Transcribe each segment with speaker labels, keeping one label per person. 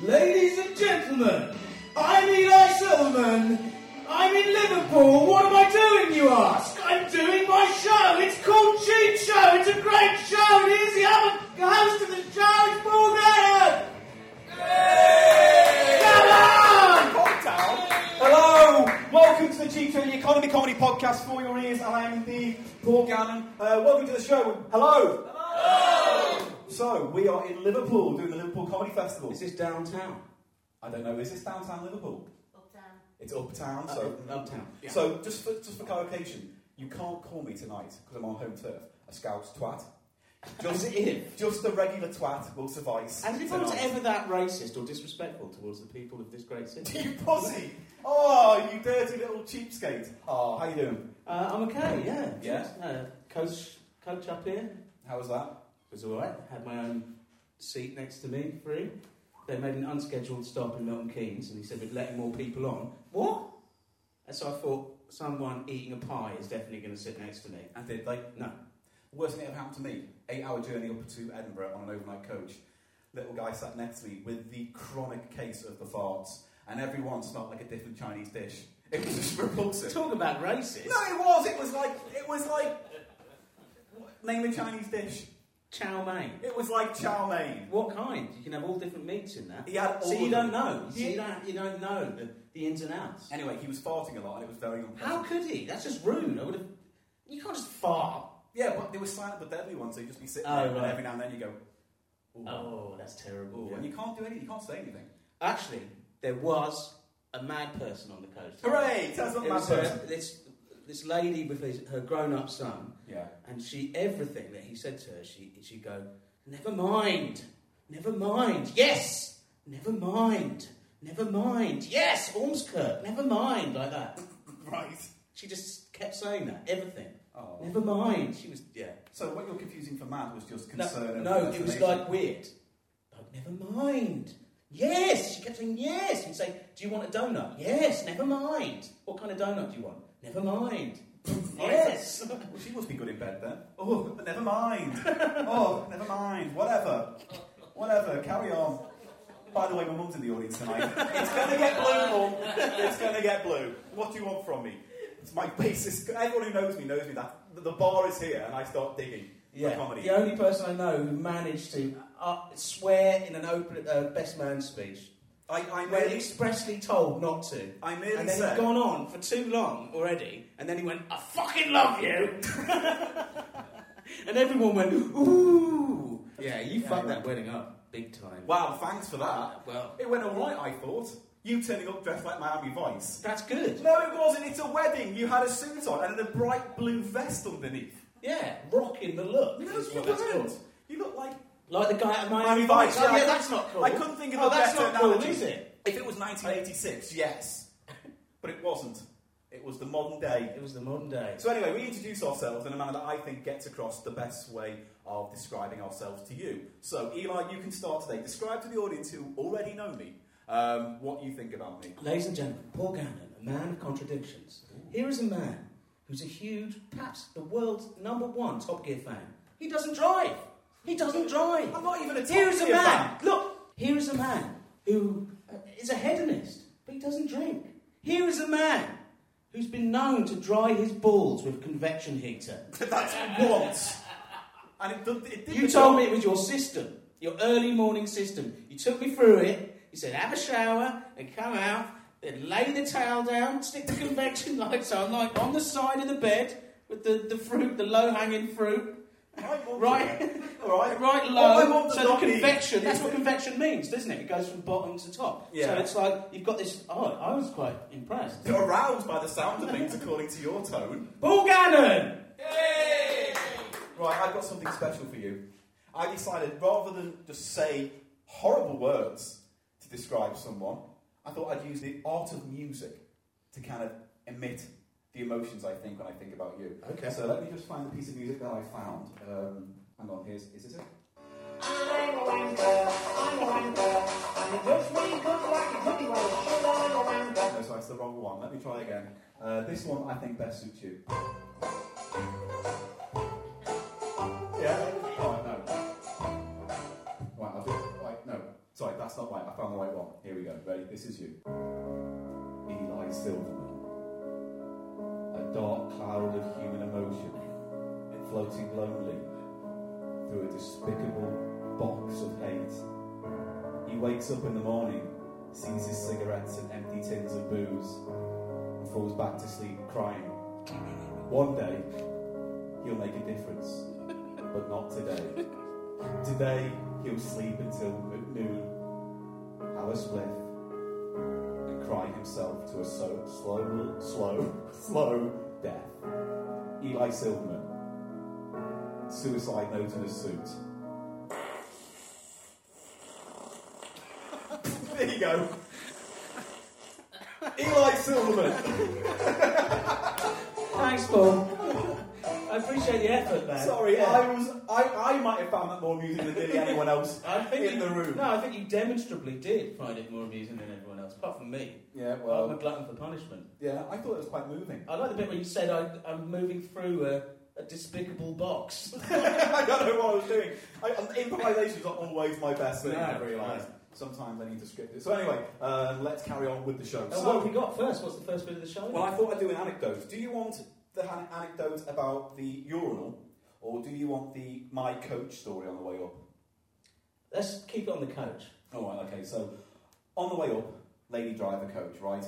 Speaker 1: Ladies and gentlemen, I'm Eli Silverman. I'm in Liverpool. What am I doing, you ask? I'm doing my show. It's called Cheap Show. It's a great show. Here's the other host of the show. It's Paul Gayer. Come on!
Speaker 2: Hello, welcome to the G2 the Economy Comedy Podcast for your ears. I am indeed Paul Gannon. Uh, welcome to the show. Hello. Hello. So we are in Liverpool doing the Liverpool Comedy Festival.
Speaker 3: Is this downtown?
Speaker 2: I don't know. Is this downtown Liverpool?
Speaker 4: Uptown.
Speaker 2: It's Oh, uptown. So
Speaker 3: So, uptown.
Speaker 2: so just for just for clarification, you can't call me tonight because I'm on home turf. A scouse twat. Just
Speaker 3: if.
Speaker 2: Just a regular twat will suffice.
Speaker 3: As if I was
Speaker 2: tonight.
Speaker 3: ever that racist or disrespectful towards the people of this great city.
Speaker 2: You pussy! Oh, you dirty little cheapskate! Oh, how you doing?
Speaker 3: Uh, I'm okay, yeah.
Speaker 2: Yeah.
Speaker 3: Uh, coach, coach up here
Speaker 2: How was that?
Speaker 3: was alright. Had my own seat next to me, free. They made an unscheduled stop in Milton Keynes and he said we'd let more people on. What? And so I thought, someone eating a pie is definitely going to sit next to me.
Speaker 2: I did. Like,
Speaker 3: No.
Speaker 2: worst thing that ever happened to me. Eight hour journey up to Edinburgh on an overnight coach. Little guy sat next to me with the chronic case of the farts, and everyone smelled like a different Chinese dish. It was just repulsive.
Speaker 3: Talk about racist.
Speaker 2: No, it was. It was like, it was like, name a Chinese dish.
Speaker 3: Chow mein.
Speaker 2: It was like chow mein.
Speaker 3: What kind? You can have all different meats in that.
Speaker 2: He had all
Speaker 3: So you
Speaker 2: of them.
Speaker 3: don't know. So
Speaker 2: He-
Speaker 3: you don't. You don't know the, the ins and outs.
Speaker 2: Anyway, he was farting a lot, and it was very unpleasant.
Speaker 3: How could he? That's just rude. I would have. You can't just fart.
Speaker 2: Yeah, but they were silent but deadly ones, so you'd just be sitting
Speaker 3: Oh,
Speaker 2: there, and
Speaker 3: right.
Speaker 2: every now and then you go, ooh,
Speaker 3: Oh, that's terrible.
Speaker 2: ooh, and you can't do anything, you can't say anything.
Speaker 3: Actually, there was a mad person on the coast.
Speaker 2: Hooray! Tell us
Speaker 3: It
Speaker 2: about that
Speaker 3: was her-
Speaker 2: person.
Speaker 3: this this lady with his, her grown-up son,
Speaker 2: Yeah.
Speaker 3: and she everything that he said to her, she she'd go, "Never mind, never mind, yes, never mind, never mind, yes, Ormskirk, never mind," like that.
Speaker 2: Right.
Speaker 3: She just kept saying that everything.
Speaker 2: Oh.
Speaker 3: Never mind. She was yeah.
Speaker 2: So what you're confusing for mad was just
Speaker 3: No,
Speaker 2: concern. and
Speaker 3: no, it was
Speaker 2: fascination.
Speaker 3: like weird. Like never mind. Yes, she kept saying yes. You'd say, "Do you want a donut?" Yes, never mind. What kind of donut do you want? Never mind. yes.
Speaker 2: Well, she must be good in bed then. Oh, but never mind. oh, never mind. Whatever. Whatever. Carry on. By the way, my mum's in the audience tonight. it's going to get blue, mum. It's going to get blue. What do you want from me? It's my basis. Everyone who knows me knows me that the- the bar is here, and I start digging for
Speaker 3: Yeah.
Speaker 2: comedy.
Speaker 3: The only person I know who managed to uh, swear in an open uh, best man speech
Speaker 2: I, I
Speaker 3: when
Speaker 2: merely,
Speaker 3: expressly told not to.
Speaker 2: I merely
Speaker 3: and then
Speaker 2: said.
Speaker 3: he'd gone on for too long already, and then he went, I fucking love you! and everyone went, ooh! Yeah, you
Speaker 2: Yeah,
Speaker 3: fucked
Speaker 2: yeah.
Speaker 3: that wedding up big time.
Speaker 2: Wow, thanks for that.
Speaker 3: Well,
Speaker 2: It went alright, I thought. You turning up dressed like Miami Vice.
Speaker 3: that's good.
Speaker 2: No, it wasn't. It's a wedding. You had a suit on and a bright blue vest underneath.
Speaker 3: Yeah, rocking the look.
Speaker 2: No,
Speaker 3: is
Speaker 2: you
Speaker 3: what that's
Speaker 2: weren't.
Speaker 3: called.
Speaker 2: You look like
Speaker 3: Like the guy at Miami,
Speaker 2: Miami Vice.
Speaker 3: Oh,
Speaker 2: I
Speaker 3: yeah,
Speaker 2: cou-
Speaker 3: that's not cool.
Speaker 2: I couldn't think of
Speaker 3: oh,
Speaker 2: a
Speaker 3: that's
Speaker 2: better
Speaker 3: not cool,
Speaker 2: analogy.
Speaker 3: is it?
Speaker 2: If it was 1986, yes, but it wasn't. It was the modern day.
Speaker 3: It was the modern day.
Speaker 2: So anyway, we introduce ourselves in a manner that I think gets across the best way of describing ourselves to you. So Eli, you can start today. Describe to the audience who already know me um, what you think about me.
Speaker 3: Ladies and gentlemen, Paul Gannon, a man of contradictions. Here is a man who's a huge, perhaps the world's number one Top Gear fan. He doesn't drive. He doesn't drive.
Speaker 2: I'm not even a
Speaker 3: Here is a
Speaker 2: Top Gear
Speaker 3: man.
Speaker 2: fan.
Speaker 3: Look, here is a man who uh, is a hedonist, but he doesn't drink. Here is a man who's been known to dry his balls with a convection heater.
Speaker 2: That's once, and it, did- it did
Speaker 3: You
Speaker 2: the
Speaker 3: told
Speaker 2: job.
Speaker 3: me it was your system, your early morning system. You took me through it. You said, have a shower and come out, then lay the towel down, stick the convection lights on, like on the side of the bed with the, the fruit, the low hanging fruit.
Speaker 2: Right, mum,
Speaker 3: Right.
Speaker 2: yeah. All right,
Speaker 3: Right
Speaker 2: What my
Speaker 3: low,
Speaker 2: mum does
Speaker 3: so the
Speaker 2: not need
Speaker 3: convection,
Speaker 2: is
Speaker 3: that's what convection means, doesn't it? It goes from bottom to top.
Speaker 2: Yeah.
Speaker 3: So it's like, you've got this. Oh, I was quite impressed.
Speaker 2: You're aroused by the sound of things, according to your tone.
Speaker 3: Paul Gannon!
Speaker 2: Right, I've got something special for you. I decided rather than just say horrible words to describe someone, I thought I'd use the art of music to kind of emit the emotions I think when I think about you.
Speaker 3: Okay.
Speaker 2: So let me just find the piece of music that I found. Um, hang on, here's is this it?
Speaker 5: I'm a wanker, I'm a wanker, I'm a good sweet, good like a goody wanker, I'm a wanker.
Speaker 2: No, sorry, it's the wrong one. Let me try again. Uh, this one I think best suits you. Yeah? Alright, no. Right, I'll do Right, no. Sorry, that's not right, I found the right one. Here we go. Ready? This is you. Eli Silverman. A dark cloud of human emotion, floating lonely through a despicable box of hate. He wakes up in the morning, sees his cigarettes and empty tins of booze, and falls back to sleep crying. One day, he'll make a difference, but not today. Today, he'll sleep until at noon, have a spliff, and cry himself to a so, slow, slow, slow death. Eli Silverman. Suicide note in a suit. there you go. Eli Silverman.
Speaker 3: Thanks, Paul. I appreciate the effort, man.
Speaker 2: Sorry,
Speaker 3: Yeah.
Speaker 2: I was I, I might have found that more amusing than nearly anyone else
Speaker 3: I think
Speaker 2: in
Speaker 3: you,
Speaker 2: the room.
Speaker 3: No, I think you demonstrably did find it more amusing than everyone else, apart from me.
Speaker 2: Yeah,
Speaker 3: I'm a
Speaker 2: well,
Speaker 3: glutton for punishment.
Speaker 2: yeah, I thought it was quite moving.
Speaker 3: I like the bit where you said I, I'm moving through a, a despicable box.
Speaker 2: I don't know what I was doing. I, um, improvisation's not always my best thing.
Speaker 3: No,
Speaker 2: I realise.
Speaker 3: no.
Speaker 2: Sometimes I need to script it. So anyway, uh, let's carry on with the show.
Speaker 3: So what have we got first? What's the first bit of the show?
Speaker 2: Well, I thought I'd do an anecdote. Do you want the han- anecdote about the urinal, or do you want the my coach story on the way up?
Speaker 3: Let's keep it on the coach.
Speaker 2: All right, okay. So on the way up, lady driver coach, right?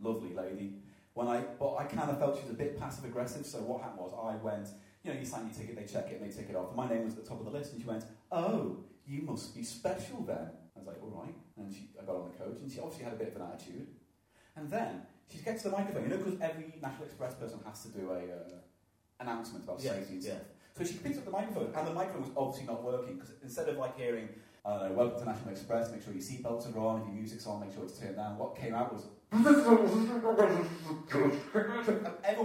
Speaker 2: Lovely lady. When I, but I kind of felt she was a bit passive aggressive. So what happened was I went. You know, you sign your ticket, they check it, and they tick it off. And my name was at the top of the list, and she went, "Oh, you must be special then." I was like, "All right." And she, I got on the coach, and she obviously had a bit of an attitude. And then she gets to the microphone, you know, because every National Express person has to do a uh, announcement about
Speaker 3: Yeah,
Speaker 2: safety and
Speaker 3: yeah.
Speaker 2: stuff. So she picks up the microphone, and the microphone was obviously not working because instead of like hearing, I don't know, welcome to National Express, make sure your seatbelts are on, if your music's on, make sure it's turned down. What came out was. And Everyone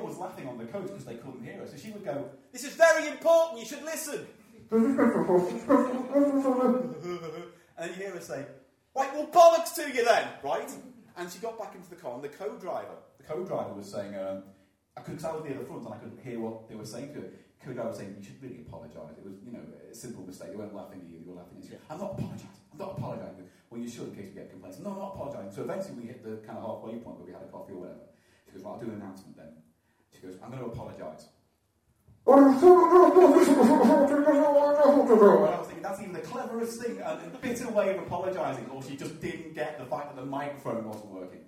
Speaker 2: was laughing on the coach because they couldn't hear her. So she would go, This is very important, you should listen. and then you hear her say, Right, well, bollocks to you then, right? And she got back into the car, and the co driver, the co driver was saying, um, I couldn't tell the other front, and I couldn't hear what they were saying to her. Co driver was saying, You should really apologise. It was, you know, a simple mistake. They weren't laughing at you, they were laughing at you. I'm not apologising. I'm not apologising. Well, you should in case we get complaints. No, I'm not apologising. So eventually we hit the kind of halfway point where we had a coffee or whatever. She goes, Right, I'll do an announcement then. She goes, I'm going to apologise. Well, I was thinking that's even the cleverest thing, a bitter way of apologising, or she just didn't get the fact that the microphone wasn't working.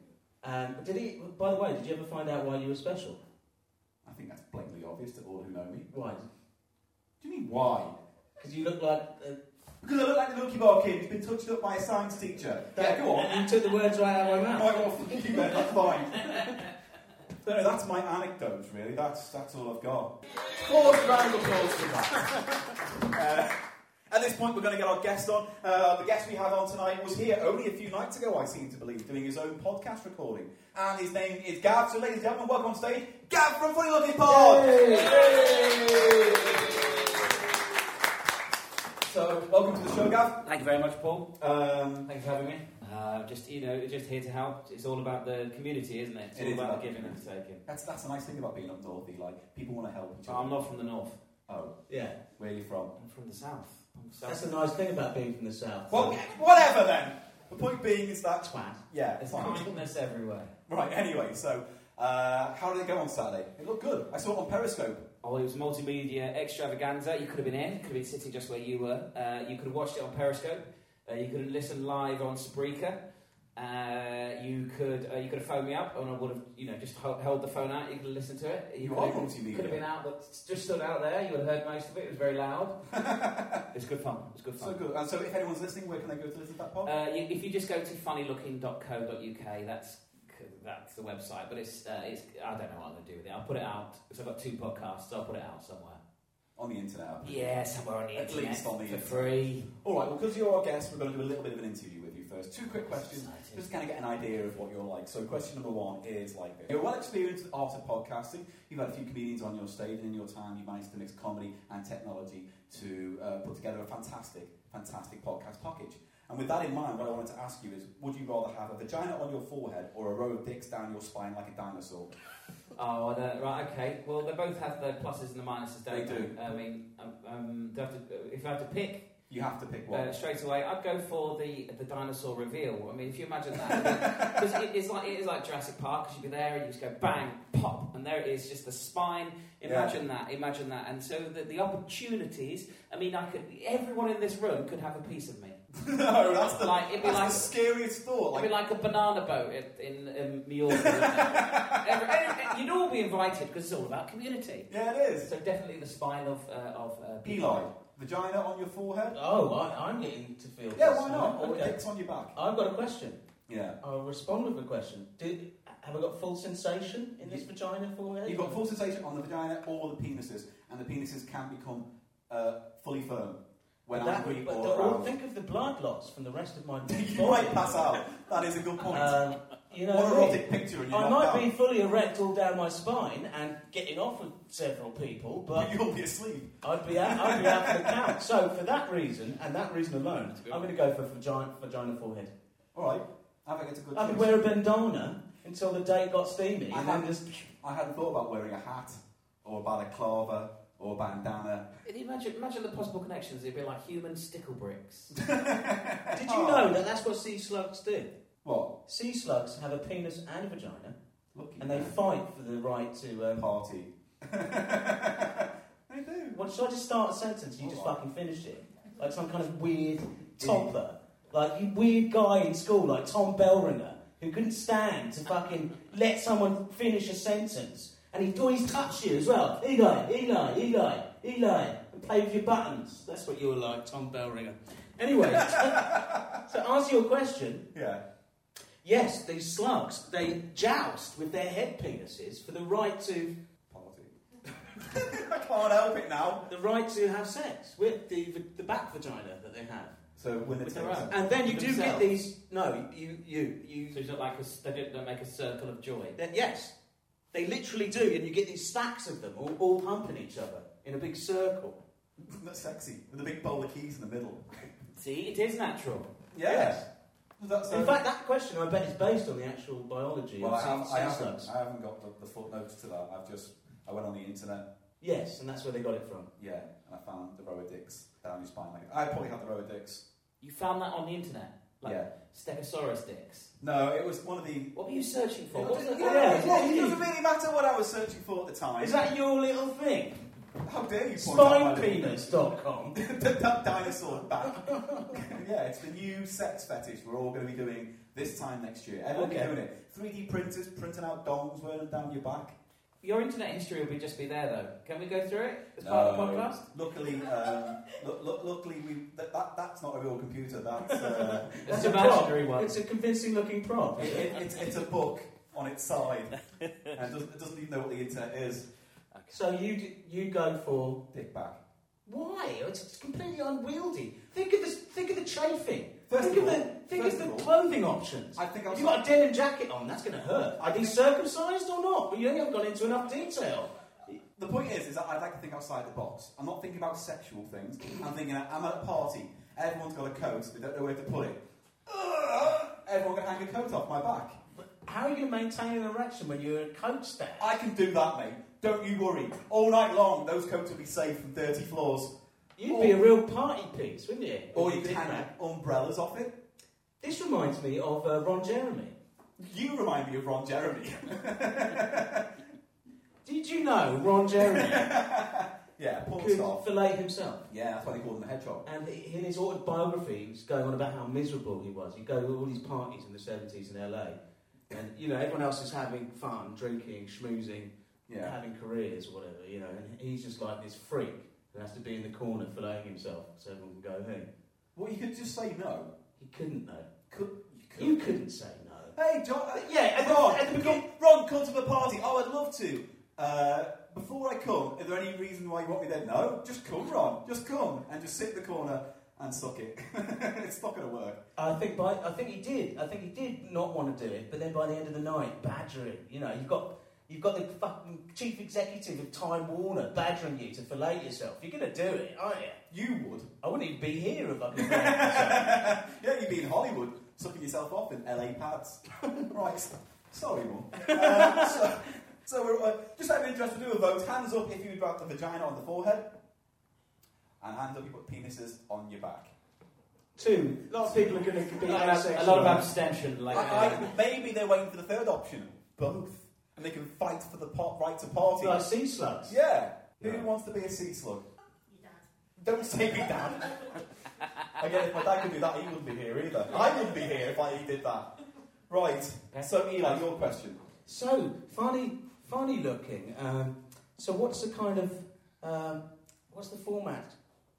Speaker 3: Um, did he? By the way, did you ever find out why you were special?
Speaker 2: I think that's blatantly obvious to all who know me.
Speaker 3: Why?
Speaker 2: Do you mean why?
Speaker 3: Because you look like uh,
Speaker 2: Because I look like the Milky Bar Kid who's been touched up by a science teacher. Yeah, go on.
Speaker 3: And you took the words right out of my
Speaker 2: I
Speaker 3: mouth.
Speaker 2: might want to thank you then, that's fine. No, no, that's my anecdote, really. That's, that's all I've got. Four round of applause for that. Uh, at this point, we're going to get our guest on. Uh, the guest we have on tonight was here only a few nights ago, I seem to believe, doing his own podcast recording. And his name is Gav. So, ladies and gentlemen, welcome on stage, Gav from Funny Looking Pod. So, welcome to the show, Gav.
Speaker 4: Thank you very much, Paul.
Speaker 2: Um,
Speaker 4: Thanks for having me. Uh, just you know, just here to help. It's all about the community, isn't it? It's
Speaker 2: It
Speaker 4: all
Speaker 2: is
Speaker 4: about
Speaker 2: about
Speaker 4: the giving and
Speaker 2: community.
Speaker 4: the taking.
Speaker 2: that's, that's a nice thing about being up north, like people want to help each
Speaker 4: But I'm
Speaker 2: other.
Speaker 4: not from the north.
Speaker 2: Oh,
Speaker 3: Yeah,
Speaker 2: where are you from?
Speaker 4: I'm from the south. I'm south.
Speaker 3: that's a nice thing about being from the south.
Speaker 2: Well, whatever then. The point being is that
Speaker 3: twat.
Speaker 2: yeah,
Speaker 4: There's
Speaker 2: fine.
Speaker 4: kindness everywhere.
Speaker 2: Right. Anyway, so uh, how did it go on Saturday? It looked good. I saw it on Periscope.
Speaker 4: Oh, it was multimedia extravaganza. You could have been in. Could have been sitting just where you were. Uh, you could have watched it on Periscope. Uh, you could have listened live on Spreaker. Uh, you could uh, you could have phoned me up, and I would have you know just hel- held the phone out. You could have listened to it.
Speaker 2: You
Speaker 4: could
Speaker 2: are
Speaker 3: Oh,
Speaker 4: have-
Speaker 2: multimedia.
Speaker 4: Could have been out, but just stood out there. You would have heard most of it. It was very loud. it was good fun. It was good fun.
Speaker 2: So good. And so, if anyone's listening, where can they go to listen to that pod?
Speaker 4: Uh, you, if you just go to funnylooking.co.uk, that's that's the website. But it's uh, it's I don't know what I'm going to do with it. I'll put it out. So I've got two podcasts. So I'll put it out somewhere.
Speaker 2: on the internet. I believe.
Speaker 4: Yeah, somewhere on the
Speaker 2: At
Speaker 4: internet
Speaker 2: least on the
Speaker 4: for
Speaker 2: internet.
Speaker 4: free.
Speaker 2: All right. Well, because you're our guest, we're going to do a little bit of an interview with you first. Two quick questions.
Speaker 4: Excited.
Speaker 2: Just kind of get an idea of what you're like. So, question number one is like this: You're well experienced at the art of podcasting. You've had a few comedians on your stage, and in your time, you managed to mix comedy and technology to uh, put together a fantastic, fantastic podcast package. And with that in mind, what I wanted to ask you is: Would you rather have a vagina on your forehead or a row of dicks down your spine like a dinosaur?
Speaker 4: Oh, I don't- right, okay. Well, they both have their pluses and the minuses, don't
Speaker 2: They do.
Speaker 4: I mean, um, um, do I have to, uh, if I have to pick,
Speaker 2: You have to pick one.
Speaker 4: Uh, straight away, I'd go for the the dinosaur reveal. I mean, if you imagine that, because it is like it is like Jurassic Park. Because you'd be there and you just go bang, pop, and there it is, just the spine. Imagine that, imagine that. And so the, the opportunities. I mean, I could. Everyone in this room could have a piece of me.
Speaker 2: no, that's the,
Speaker 4: Like, it'd be
Speaker 2: that's
Speaker 4: like-
Speaker 2: the scariest thought.
Speaker 4: It'd be
Speaker 2: Like,
Speaker 4: like a banana boat in, in, in Mallorca. wouldn't it? Every- every- you'd all be invited because it's all about community.
Speaker 2: yeah, it is.
Speaker 4: So definitely the spine of uh, of uh,
Speaker 2: Eli, vagina on your forehead?
Speaker 3: Oh, I, I'm getting to feel.
Speaker 2: Yeah,
Speaker 3: this
Speaker 2: why not?
Speaker 3: now.
Speaker 2: Or
Speaker 3: Okay.
Speaker 2: dicks on your back?
Speaker 3: I've got a question.
Speaker 2: Yeah.
Speaker 3: I'll respond with a question. Did have I got full sensation in this vagina forehead?
Speaker 2: You've got full sensation on the vagina or the penises, and the penises can become uh, fully firm when
Speaker 3: But that-
Speaker 2: angry
Speaker 3: but
Speaker 2: or
Speaker 3: the- well,
Speaker 2: aroused.
Speaker 3: think of the blood loss from the rest of my body.
Speaker 2: you might pass out. That is a good point.
Speaker 3: Um, you know,
Speaker 2: what an
Speaker 3: what I mean?
Speaker 2: erotic picture, and you're
Speaker 3: I
Speaker 2: knocked
Speaker 3: might be
Speaker 2: out.
Speaker 3: fully erect all down my spine and getting off with several people, but
Speaker 2: But you'll be asleep.
Speaker 3: I'd be out, I'd be out for the count. So for that reason and that reason alone, I'm going to go for vagina, vagina forehead.
Speaker 2: All right. I think it's a good
Speaker 3: I could
Speaker 2: choice.
Speaker 3: wear a bandana until the day got steamy,
Speaker 2: I
Speaker 3: and then
Speaker 2: have-
Speaker 3: just
Speaker 2: I hadn't thought about wearing a hat or a balaclava or a bandana.
Speaker 4: Imagine, imagine the possible connections. It'd be like human stickle bricks.
Speaker 3: Did you know that that's what sea slugs do?
Speaker 2: What?
Speaker 3: Sea slugs have a penis and a vagina,
Speaker 2: Lucky.
Speaker 3: and they fight for the right to. Um,
Speaker 2: party. they do.
Speaker 3: what should I just start a sentence? You just
Speaker 2: Alright.
Speaker 3: fucking finished it, like some kind of weird topper, like you weird guy in school, like Tom Bellringer, who couldn't stand to fucking let someone finish a sentence, and he'd always touch you as well. Eli, Eli, Eli, Eli, and play with your buttons. That's what you were like, Tom Bellringer. Anyway, so answer your question.
Speaker 2: Yeah.
Speaker 3: Yes, these slugs, they joust with their head penises for the right to
Speaker 2: Party. I can't help it now.
Speaker 3: the right to have sex with the the back vagina that they have.
Speaker 2: So when the
Speaker 4: With
Speaker 2: tits.
Speaker 4: their own.
Speaker 3: And then you do get
Speaker 4: Themselves.
Speaker 3: these no, you you you
Speaker 4: so it's not like a, they don't they make a circle of joy.
Speaker 3: that- yes. They literally do and you get these stacks of them all, all humping each other in a big circle.
Speaker 2: That's sexy. With a big bowl of keys in the middle.
Speaker 4: See, it is natural.
Speaker 2: Yes. That's
Speaker 3: In fact, that question I bet is based on the actual biology
Speaker 2: well,
Speaker 3: of
Speaker 2: I,
Speaker 3: sea,
Speaker 2: have, I,
Speaker 3: sea
Speaker 2: haven't,
Speaker 3: slugs.
Speaker 2: I haven't got the, the footnotes to that. I've just I went on the internet.
Speaker 3: Yes, and that's where they got it from.
Speaker 2: Yeah, and I found the row of dicks down your spine. Like I probably had the row of dicks.
Speaker 4: You found that on the internet, like
Speaker 2: yeah.
Speaker 4: Stegosaurus dicks.
Speaker 2: No, it was one of the.
Speaker 4: What were you searching for?
Speaker 2: It,
Speaker 4: What was
Speaker 2: doesn't-
Speaker 4: it?
Speaker 2: yeah,
Speaker 3: yeah,
Speaker 2: it,
Speaker 3: yeah,
Speaker 2: it
Speaker 3: yeah.
Speaker 2: doesn't really matter what I was searching for at the time.
Speaker 3: Is that your little thing?
Speaker 2: How dare you point out my little-
Speaker 3: Spinepenis.com.
Speaker 2: that, that dinosaur back. yeah, it's the new sex fetish we're all going to be doing this time next year. Everyone
Speaker 3: Okay.
Speaker 2: doing it. 3D printers printing out dongs wearing them down your back.
Speaker 4: Your internet history will be just be there though. Can we go through it as
Speaker 2: No.
Speaker 4: part of the podcast?
Speaker 2: Luckily, um, lu- lu- luckily we, that, that, that's not a real computer. That's uh,
Speaker 4: It's
Speaker 3: a
Speaker 4: an imaginary
Speaker 3: prop.
Speaker 4: one.
Speaker 3: It's a convincing looking prop.
Speaker 2: it, it, it's, it's a book on its side, and it doesn't, it doesn't even know what the internet is.
Speaker 3: So you d- you go for
Speaker 2: Dick back.
Speaker 3: why? It's it's completely unwieldy. Think of this. Think of the chafing.
Speaker 2: First
Speaker 3: think
Speaker 2: of
Speaker 3: of
Speaker 2: all-
Speaker 3: the think
Speaker 2: first
Speaker 3: of the
Speaker 2: of all-
Speaker 3: clothing options.
Speaker 2: I think I
Speaker 3: If
Speaker 2: was.
Speaker 3: you got a denim jacket on, that's going to hurt.
Speaker 2: I
Speaker 3: Are you
Speaker 2: think-
Speaker 3: circumcised or not? Well, you haven't gone into enough detail.
Speaker 2: The point is, is that I'd like to think outside the box. I'm not thinking about sexual things. I'm thinking, I'm at a party. Everyone's got a coat. They don't know where to put it. Ugh! Everyone can hang a coat off my back.
Speaker 3: How are you going to maintain an erection when you're in a coat stand?
Speaker 2: I can do that, mate. Don't you worry. All night long, those coats will be safe from dirty floors.
Speaker 3: You'd be a real party piece, wouldn't you?
Speaker 2: Or
Speaker 3: With
Speaker 2: you
Speaker 3: your
Speaker 2: can
Speaker 3: dick
Speaker 2: hang
Speaker 3: back.
Speaker 2: umbrellas off it.
Speaker 3: This reminds me of uh, Ron Jeremy.
Speaker 2: You remind me of Ron Jeremy.
Speaker 3: Did you know Ron Jeremy
Speaker 2: yeah, porn
Speaker 3: could
Speaker 2: star.
Speaker 3: fillet himself?
Speaker 2: Yeah, that's why they call him the hedgehog.
Speaker 3: And in his autobiography, he was going on about how miserable he was. He'd go to all these parties in the 70s in LA, and you know, everyone else is having fun, drinking, schmoozing,
Speaker 2: Yeah.
Speaker 3: having careers, or whatever, you know, and he's just like this freak that has to be in the corner filleting himself so everyone can go home.
Speaker 2: Well, you could just say no.
Speaker 3: He couldn't, though.
Speaker 2: Could, you could.
Speaker 3: You couldn't say no.
Speaker 2: Hey, John. uh,
Speaker 3: Yeah,
Speaker 2: Hey,
Speaker 3: and
Speaker 2: Ron,
Speaker 3: at the beginning.
Speaker 2: come, Ron, come to the party. Oh, I'd love to. Uh, before I come, is there any reason why you want me there? No, just come, Ron. Just come and just sit in the corner and suck it. it's not going to work.
Speaker 3: I think by, I think he did. I think he did not want to do it, but then by the end of the night, badgering. You know, you've got you've got the fucking chief executive of Time Warner badgering you to fillet yourself. You're gonna do it, aren't you?
Speaker 2: You would.
Speaker 3: I wouldn't even be here if I could. myself.
Speaker 2: Yeah, you'd be in Hollywood sucking yourself off in LA pads. right. s- Sorry, Mum. Uh, so, so we're, uh, just out of interest, we'll do a vote. Hands up if you would wrap the vagina on the forehead. and hand up your penises on your back.
Speaker 6: Two. Lots of people are going to be
Speaker 7: A lot of-
Speaker 6: asexual.
Speaker 7: a lot of abstention. Like,
Speaker 2: I, I, maybe they're waiting for the third option. Both. And they can fight for the pot, right to party.
Speaker 6: like sea slugs.
Speaker 2: Yeah. Who
Speaker 6: No.
Speaker 2: wants to be a sea slug?
Speaker 8: Your dad.
Speaker 2: Don't say me dad. Again, if my dad could do that, he wouldn't be here either. I wouldn't be here if I, he did that. Right. So, Eli, your question.
Speaker 3: So funny, funny looking. Um, so what's the kind of um, what's the format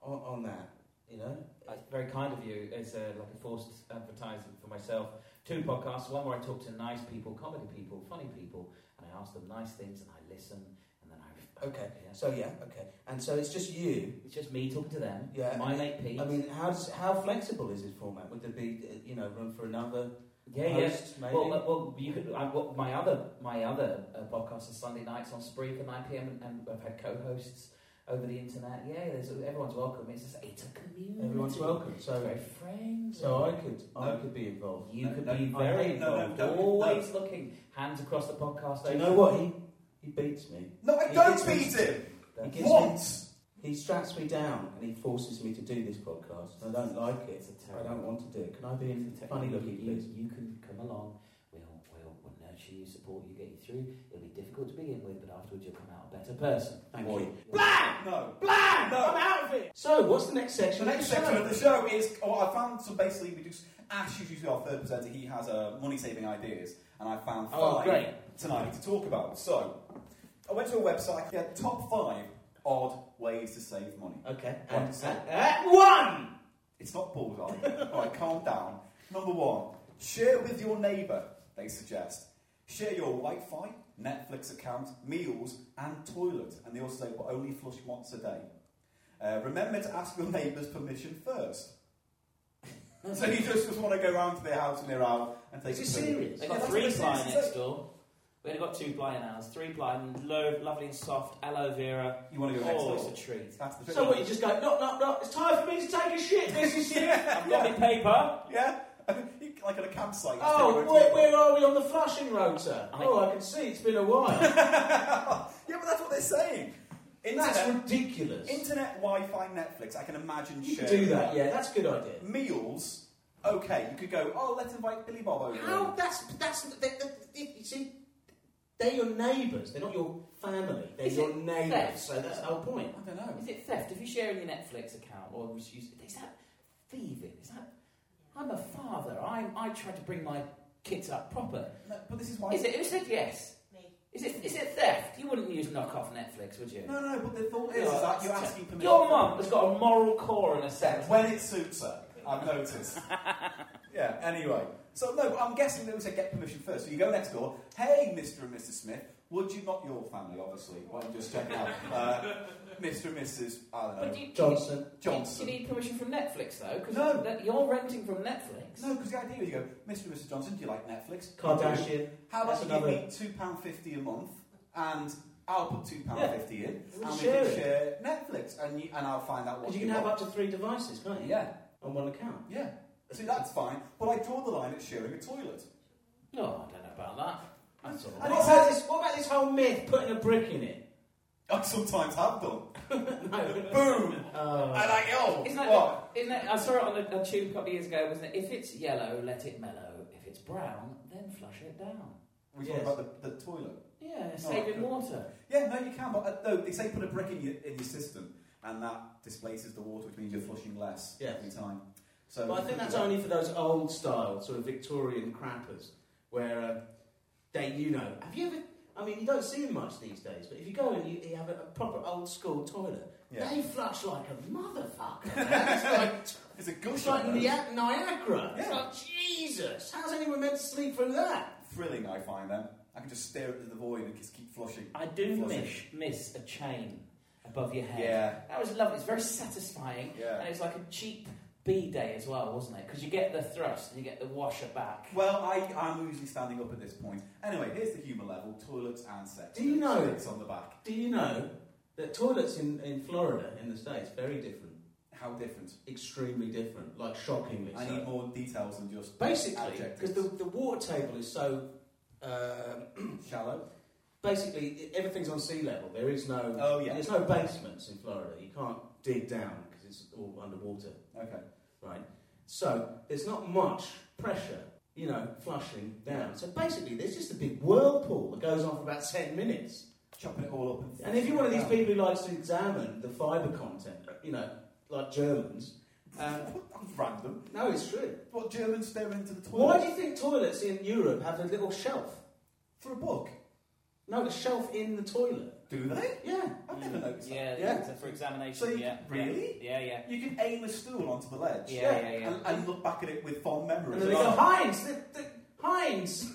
Speaker 3: on, on that? You know,
Speaker 7: That's very kind of you. It's uh, like a forced advertisement for myself. Two podcasts, one where I talk to nice people, comedy people, funny people, and I ask them nice things and I listen and then I.
Speaker 3: Okay.
Speaker 7: Yeah.
Speaker 3: So yeah, okay. And so it's just you.
Speaker 7: It's just me talking to them.
Speaker 3: Yeah.
Speaker 7: My mate Pete.
Speaker 3: I mean, how does, how flexible is this format? Would there be uh, you know room for another
Speaker 7: yeah, yes.
Speaker 3: host? Maybe.
Speaker 7: Well, uh, well, you could. I, well, my other, my other uh, podcast is Sunday nights on Spreaker, 9 p.m., and, and I've had co-hosts over the internet. Yeah, there's, everyone's welcome. It's just it's a community.
Speaker 3: Everyone's welcome.
Speaker 7: It's
Speaker 3: So
Speaker 7: very friendly.
Speaker 3: so I could I
Speaker 2: No.
Speaker 3: could be involved.
Speaker 7: You
Speaker 2: No,
Speaker 7: could
Speaker 2: no,
Speaker 7: be
Speaker 2: I
Speaker 7: very
Speaker 2: hate- no, no,
Speaker 7: involved.
Speaker 2: don't-
Speaker 7: always looking. Hands across the podcast.
Speaker 3: Do you
Speaker 7: open.
Speaker 3: know what he he beats me?
Speaker 2: No, I
Speaker 3: He
Speaker 2: don't
Speaker 3: gets me-
Speaker 2: beat him!
Speaker 3: He gives me
Speaker 2: Once!
Speaker 3: he straps me down and he forces me to do this podcast. and I don't like it.
Speaker 7: It's a
Speaker 3: I
Speaker 7: terrible.
Speaker 3: don't want to do it. Can I be in
Speaker 7: It's a
Speaker 3: funny
Speaker 7: terrible-
Speaker 3: looking,
Speaker 7: you,
Speaker 3: please?
Speaker 7: You can come along. We'll, we'll, we'll nurture you, support you, get you through. It'll be difficult to begin with, but afterwards you'll come out a better person.
Speaker 3: Thank
Speaker 2: Boy.
Speaker 3: you.
Speaker 2: No.
Speaker 6: Blam!
Speaker 2: No.
Speaker 6: I'm out of it.
Speaker 3: So, what's the next
Speaker 2: The
Speaker 3: section?
Speaker 2: next
Speaker 3: the
Speaker 2: section
Speaker 3: show?
Speaker 2: of the show is. Oh, I found. So basically, we do. Ash is usually our third presenter. He has uh, money saving ideas, and I found five
Speaker 3: Oh, great.
Speaker 2: tonight to talk about. So, I went to a website. Yeah, top five odd ways to save money.
Speaker 3: Okay.
Speaker 2: One
Speaker 3: And,
Speaker 2: sec.
Speaker 3: uh, uh, one!
Speaker 2: It's not bullseye. All right, calm down. Number one, share with your neighbour, they suggest. Share your Wi Fi, Netflix account, meals, and toilet. And they also say, but only flush once a day. Uh, remember to ask your neighbour's permission first. so you just, just want to go round to their house when they're out and take
Speaker 3: Is
Speaker 2: a
Speaker 3: it
Speaker 2: poo.
Speaker 3: serious?
Speaker 7: They've
Speaker 2: Oh,
Speaker 7: got
Speaker 2: that's
Speaker 7: three
Speaker 2: what it
Speaker 7: ply
Speaker 2: says, it
Speaker 7: next
Speaker 2: says-
Speaker 7: door. We only got two ply in ours. Three ply, and lo- lovely and soft aloe vera.
Speaker 2: You want to go next
Speaker 7: Oh,
Speaker 2: door?
Speaker 7: it's a treat.
Speaker 2: That's the
Speaker 3: So, what, you just go, knock, knock, knock, it's time for me to take a shit, this is shit.
Speaker 7: I've got my paper.
Speaker 2: Yeah? You- like at a campsite. you just take
Speaker 3: Oh,
Speaker 2: your own
Speaker 3: where,
Speaker 2: toilet.
Speaker 3: where are we on the flushing rotor?
Speaker 7: I-
Speaker 3: Oh, I can see, it's been a while.
Speaker 2: Yeah, but that's what they're saying. Internet,
Speaker 3: That's ridiculous.
Speaker 2: internet Wi-Fi, Netflix. I can imagine
Speaker 3: You could
Speaker 2: sharing
Speaker 3: do that, yeah, that's a good idea.
Speaker 2: meals, okay, you could go, oh, let's invite Billy Bob over.
Speaker 3: How? That's that's that, that, you see, they're your neighbours. They're not your family. They're
Speaker 7: Is
Speaker 3: your
Speaker 7: it
Speaker 3: neighbours.
Speaker 7: theft?
Speaker 3: So that's the whole point.
Speaker 2: I don't know.
Speaker 7: Is it theft? If you're sharing your Netflix account or was you- is that thieving? Is that I'm a father. I I try to bring my kids up proper.
Speaker 2: No, but this is why.
Speaker 7: Is it? Who said yes?
Speaker 8: Me.
Speaker 7: Is it? Is it theft? You wouldn't use knockoff Netflix, would you?
Speaker 2: No, no, but the thought is,
Speaker 7: Yeah,
Speaker 2: is that
Speaker 7: that's
Speaker 2: you're
Speaker 7: te-
Speaker 2: asking permission.
Speaker 7: Your mum has got a moral core and a sense.
Speaker 2: When it suits her, I've noticed. yeah, anyway. So, no, I'm guessing they would say get permission first. So you go next door, hey, Mr. and Mrs. Smith, would you, not your family, obviously, well, I'm just checking out, uh, Mr. and Mrs. I don't know,
Speaker 7: do you,
Speaker 3: Johnson.
Speaker 2: Johnson.
Speaker 7: Do you need permission from Netflix though? Because
Speaker 2: No.
Speaker 7: you're renting from Netflix.
Speaker 2: No, because the idea is you go, Mr. and Mrs. Johnson, do you like Netflix?
Speaker 3: Kardashian.
Speaker 2: How about
Speaker 3: That's
Speaker 2: you
Speaker 3: another-
Speaker 2: give me £2.50 a month and I'll put £2.50 in
Speaker 3: We'll
Speaker 2: and
Speaker 3: share
Speaker 2: we
Speaker 3: it.
Speaker 2: can share Netflix and, you, and I'll find out what
Speaker 3: Because you can have
Speaker 2: want.
Speaker 3: up to three devices, can't you?
Speaker 2: Yeah,
Speaker 3: On one account.
Speaker 2: yeah. See, that's fine, but I draw the line at sharing a toilet.
Speaker 7: No, I don't know about that. That's all
Speaker 2: I
Speaker 7: right.
Speaker 3: What
Speaker 2: don't-
Speaker 3: about, this, what about this whole myth putting a brick in it?
Speaker 2: I sometimes have done.
Speaker 3: No.
Speaker 2: Boom!
Speaker 3: Oh.
Speaker 2: And I go,
Speaker 7: Isn't that,
Speaker 2: what?
Speaker 7: isn't that, I saw it on a, a tube a couple of years ago, wasn't it? If it's yellow, let it mellow. If it's brown, then flush it down.
Speaker 2: We're
Speaker 3: Yes.
Speaker 2: talking about the, the toilet.
Speaker 7: Yeah, saving
Speaker 2: okay.
Speaker 7: water.
Speaker 2: Yeah, no, you can, but uh, no, they say put a brick in your, in your system and that displaces the water, which means you're flushing less
Speaker 3: Yes.
Speaker 2: every time. So
Speaker 3: But I think that's only for those old style, sort of Victorian crappers, where uh, they, you know, have you ever? I mean, you don't see them much these days. But if you go and you, you have a, a proper old school toilet,
Speaker 2: Yeah.
Speaker 3: they flush like a motherfucker. man. it's like
Speaker 2: It's a
Speaker 3: It's
Speaker 2: gush
Speaker 3: like
Speaker 2: of
Speaker 3: Ni-
Speaker 2: those.
Speaker 3: Niagara. It's
Speaker 2: Yeah.
Speaker 3: like, Jesus, how's anyone meant to sleep through that?
Speaker 2: thrilling, I find them. I can just stare into the void and just keep flushing.
Speaker 7: I do
Speaker 2: Flushing.
Speaker 7: miss, miss a chain above your head.
Speaker 2: Yeah,
Speaker 7: That was lovely. It's very satisfying. And
Speaker 2: yeah.
Speaker 7: it's like a cheap B day as well, wasn't it? Because you get the thrust and you get the washer back.
Speaker 2: Well, I, I'm usually standing up at this point. Anyway, here's the humour level toilets and sex.
Speaker 3: Do you know-
Speaker 2: It's on the back.
Speaker 3: Do you know that toilets in, in Florida, in the States, very different.
Speaker 2: How different.
Speaker 3: Extremely different. Like, shockingly
Speaker 2: I
Speaker 3: so.
Speaker 2: need more details than just
Speaker 3: Basically, because
Speaker 2: adjectives.
Speaker 3: the, the water table is so. um
Speaker 2: shallow.
Speaker 3: basically, i- everything's on sea level. There is no.
Speaker 2: Oh, yeah.
Speaker 3: There's no basements in Florida. You can't dig down because it's all underwater,
Speaker 2: Okay.
Speaker 3: right? So there's not much pressure, you know, flushing down. So basically, there's just a big whirlpool that goes on for about 10 minutes.
Speaker 2: Chopping it all up.
Speaker 3: And if you're one of these people who likes to examine the fibre content, you know, like Germans, um,
Speaker 2: Random.
Speaker 3: no, it's true.
Speaker 2: What Germans stare into the toilet?
Speaker 3: Why do you think toilets in Europe have a little shelf?
Speaker 2: For a book.
Speaker 3: No, a shelf in the toilet.
Speaker 2: Do they?
Speaker 3: Yeah.
Speaker 2: I've never noticed that.
Speaker 7: Mm. Yeah,
Speaker 3: Yeah.
Speaker 7: yeah. for examination.
Speaker 2: So you-
Speaker 7: yeah.
Speaker 2: really?
Speaker 7: Yeah, yeah.
Speaker 2: You can aim a stool onto the ledge
Speaker 7: Yeah, yeah, yeah.
Speaker 2: and, and look back at it with fond
Speaker 3: And
Speaker 2: memories.
Speaker 3: then they go, Heinz! The, the, Heinz!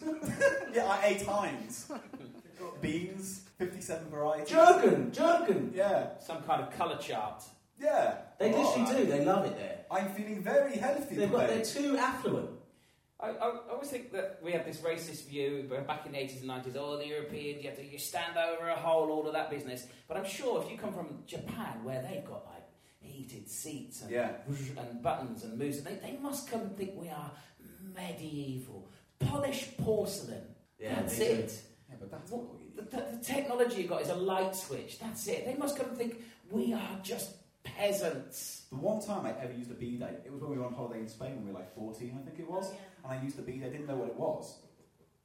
Speaker 2: yeah, I ate Heinz. Beans, 57 varieties.
Speaker 3: Jurgen! Jurgen!
Speaker 2: Yeah,
Speaker 7: Some kind of colour chart.
Speaker 2: yeah.
Speaker 3: They literally
Speaker 2: Alright.
Speaker 3: do, they love it there.
Speaker 2: I'm feeling very healthy
Speaker 3: They've got,
Speaker 2: today.
Speaker 3: they're too affluent.
Speaker 7: I, I, I always think that we have this racist view but back in the 80s and 90s, oh, the Europeans, you, have to, you stand over a hole, all of that business. But I'm sure if you come from Japan, where they've got like heated seats and,
Speaker 2: Yeah.
Speaker 7: and buttons and moves, they, they must come and think we are medieval, polished porcelain. That's
Speaker 3: they do.
Speaker 7: it.
Speaker 2: Yeah, but that's
Speaker 7: What-
Speaker 2: what we
Speaker 7: The, the, the technology you've got is a light switch. That's it. They must come and think we are just peasants.
Speaker 2: The one time I ever used a bidet, it was when we were on holiday in Spain when we were like 14, I think it was. And I used a bidet, I didn't know what it was.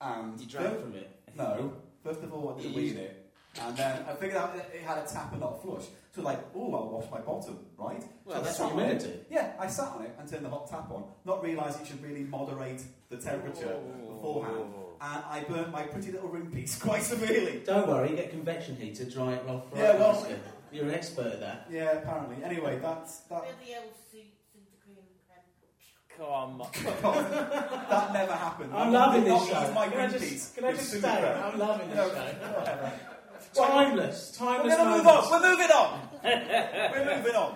Speaker 2: And
Speaker 3: You drank from it.
Speaker 2: No. First of all, I didn't
Speaker 3: You
Speaker 2: weed
Speaker 3: used-
Speaker 2: it. And then I figured out that it had a tap and not a flush. So like, oh, I'll wash my bottom, right?
Speaker 3: Well,
Speaker 2: so I
Speaker 3: that's
Speaker 2: sat
Speaker 3: what you're
Speaker 2: on
Speaker 3: meant
Speaker 2: it.
Speaker 3: to do.
Speaker 2: Yeah, I sat on it and turned the hot tap on, not realising it should really moderate the temperature beforehand. And I burnt my pretty little ring piece quite severely.
Speaker 3: Don't worry, get convection heat to dry it off.
Speaker 2: Yeah, well-
Speaker 3: after. You're an expert at that.
Speaker 2: Yeah, apparently. Anyway, that's that.
Speaker 8: Billy Elf suits and the cream creme.
Speaker 7: Come on.
Speaker 2: that never happened.
Speaker 3: I'm
Speaker 2: I
Speaker 3: loving
Speaker 2: did
Speaker 3: this
Speaker 2: not
Speaker 3: show.
Speaker 2: Use my
Speaker 3: can
Speaker 2: ring
Speaker 3: I
Speaker 2: piece
Speaker 3: just, can I
Speaker 2: with
Speaker 3: just
Speaker 2: super
Speaker 3: say,
Speaker 2: glue.
Speaker 3: I'm loving this
Speaker 2: No,
Speaker 3: show.
Speaker 2: whatever.
Speaker 3: Timeless,
Speaker 2: We're
Speaker 3: timeless.
Speaker 2: going to move
Speaker 3: moments.
Speaker 2: on. We're moving on. We're moving on.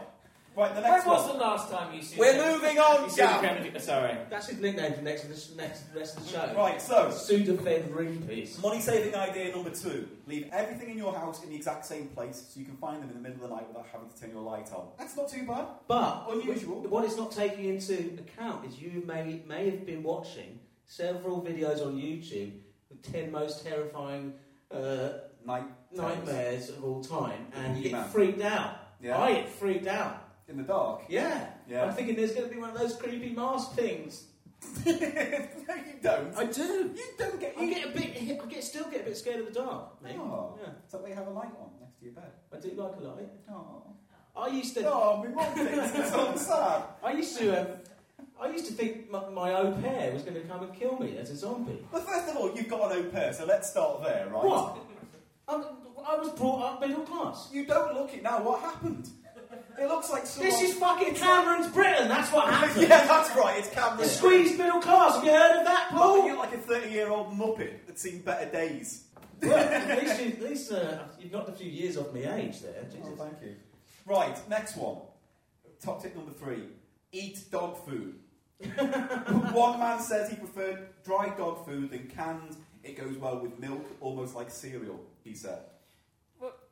Speaker 2: Right, the
Speaker 7: When
Speaker 2: next
Speaker 7: was
Speaker 2: one.
Speaker 7: the last time you saw
Speaker 2: We're moving on,
Speaker 7: You saw
Speaker 2: Gav.
Speaker 7: Kennedy- Sorry.
Speaker 3: That's his nickname for next, this, next rest of the show.
Speaker 2: Right, so
Speaker 3: Sudafed ring piece.
Speaker 2: Money saving idea number two. Leave everything in your house in the exact same place so you can find them in the middle of the night without having to turn your light on. That's not too bad.
Speaker 3: But
Speaker 2: Unusual.
Speaker 3: what it's not taking into account is you may may have been watching several videos on YouTube with ten most terrifying uh,
Speaker 2: Night
Speaker 3: nightmares of all time, and you
Speaker 2: Man.
Speaker 3: get freaked out.
Speaker 2: Yeah.
Speaker 3: I get freaked out.
Speaker 2: in the dark.
Speaker 3: Yeah.
Speaker 2: Yeah.
Speaker 3: I'm thinking there's going to be one of those creepy mask things.
Speaker 2: no, you don't.
Speaker 3: I do.
Speaker 2: You don't get.
Speaker 3: I
Speaker 2: You
Speaker 3: get a bit. I get still get a bit scared of the dark. Mate.
Speaker 2: Oh.
Speaker 3: Yeah.
Speaker 2: It's like they have a light on next to your bed.
Speaker 3: I do like a light.
Speaker 2: Oh,
Speaker 3: I used to.
Speaker 2: oh we want things. It's so sad.
Speaker 3: I used to. Um, I used to think my, my au pair was going to come and kill me as a zombie.
Speaker 2: Well, first of all, you've got an au pair, so let's start there, right?
Speaker 3: What? I, I was brought up middle class.
Speaker 2: You don't look it now. What happened? It looks like someone.
Speaker 3: This is fucking Cameron's Britain. That's what happened.
Speaker 2: yeah, that's right. It's
Speaker 3: The
Speaker 2: Cameron.
Speaker 3: squeezed middle class. Have you heard of that,
Speaker 2: Oh,
Speaker 3: Paul?
Speaker 2: you're like a 30 year old muppet that's seen better days.
Speaker 3: well, at least, you, at least uh, you've knocked a few years off my age there. Jesus.
Speaker 2: Oh, thank you. Right, next one. Top tip number three: eat dog food. one man says he preferred dry dog food than canned. It goes well with milk, almost like cereal. He said.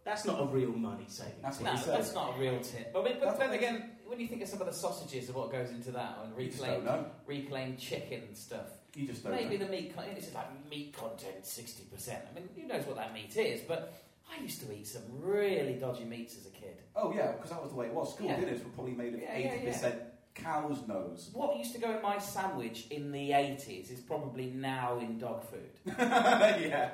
Speaker 3: That's not a real money saving.
Speaker 2: That's
Speaker 7: No,
Speaker 2: what he
Speaker 7: that's
Speaker 2: says.
Speaker 7: not a real tip. But, but
Speaker 2: That's
Speaker 7: then
Speaker 2: what-
Speaker 7: again, when you think of some of the sausages and what goes into that, and
Speaker 2: You just don't
Speaker 7: reclaimed,
Speaker 2: know.
Speaker 7: reclaimed chicken and stuff,
Speaker 2: You just don't
Speaker 7: maybe
Speaker 2: know.
Speaker 7: the meat, con- it's like meat content 60%. I mean, who knows what that meat is, but I used to eat some really dodgy meats as a kid.
Speaker 2: Oh yeah, because that was the way it was. School
Speaker 7: Yeah.
Speaker 2: dinners were probably made of
Speaker 7: Yeah, yeah,
Speaker 2: eighty percent cow's nose.
Speaker 7: What used to go in my sandwich in the 80s is probably now in dog food.
Speaker 2: yeah.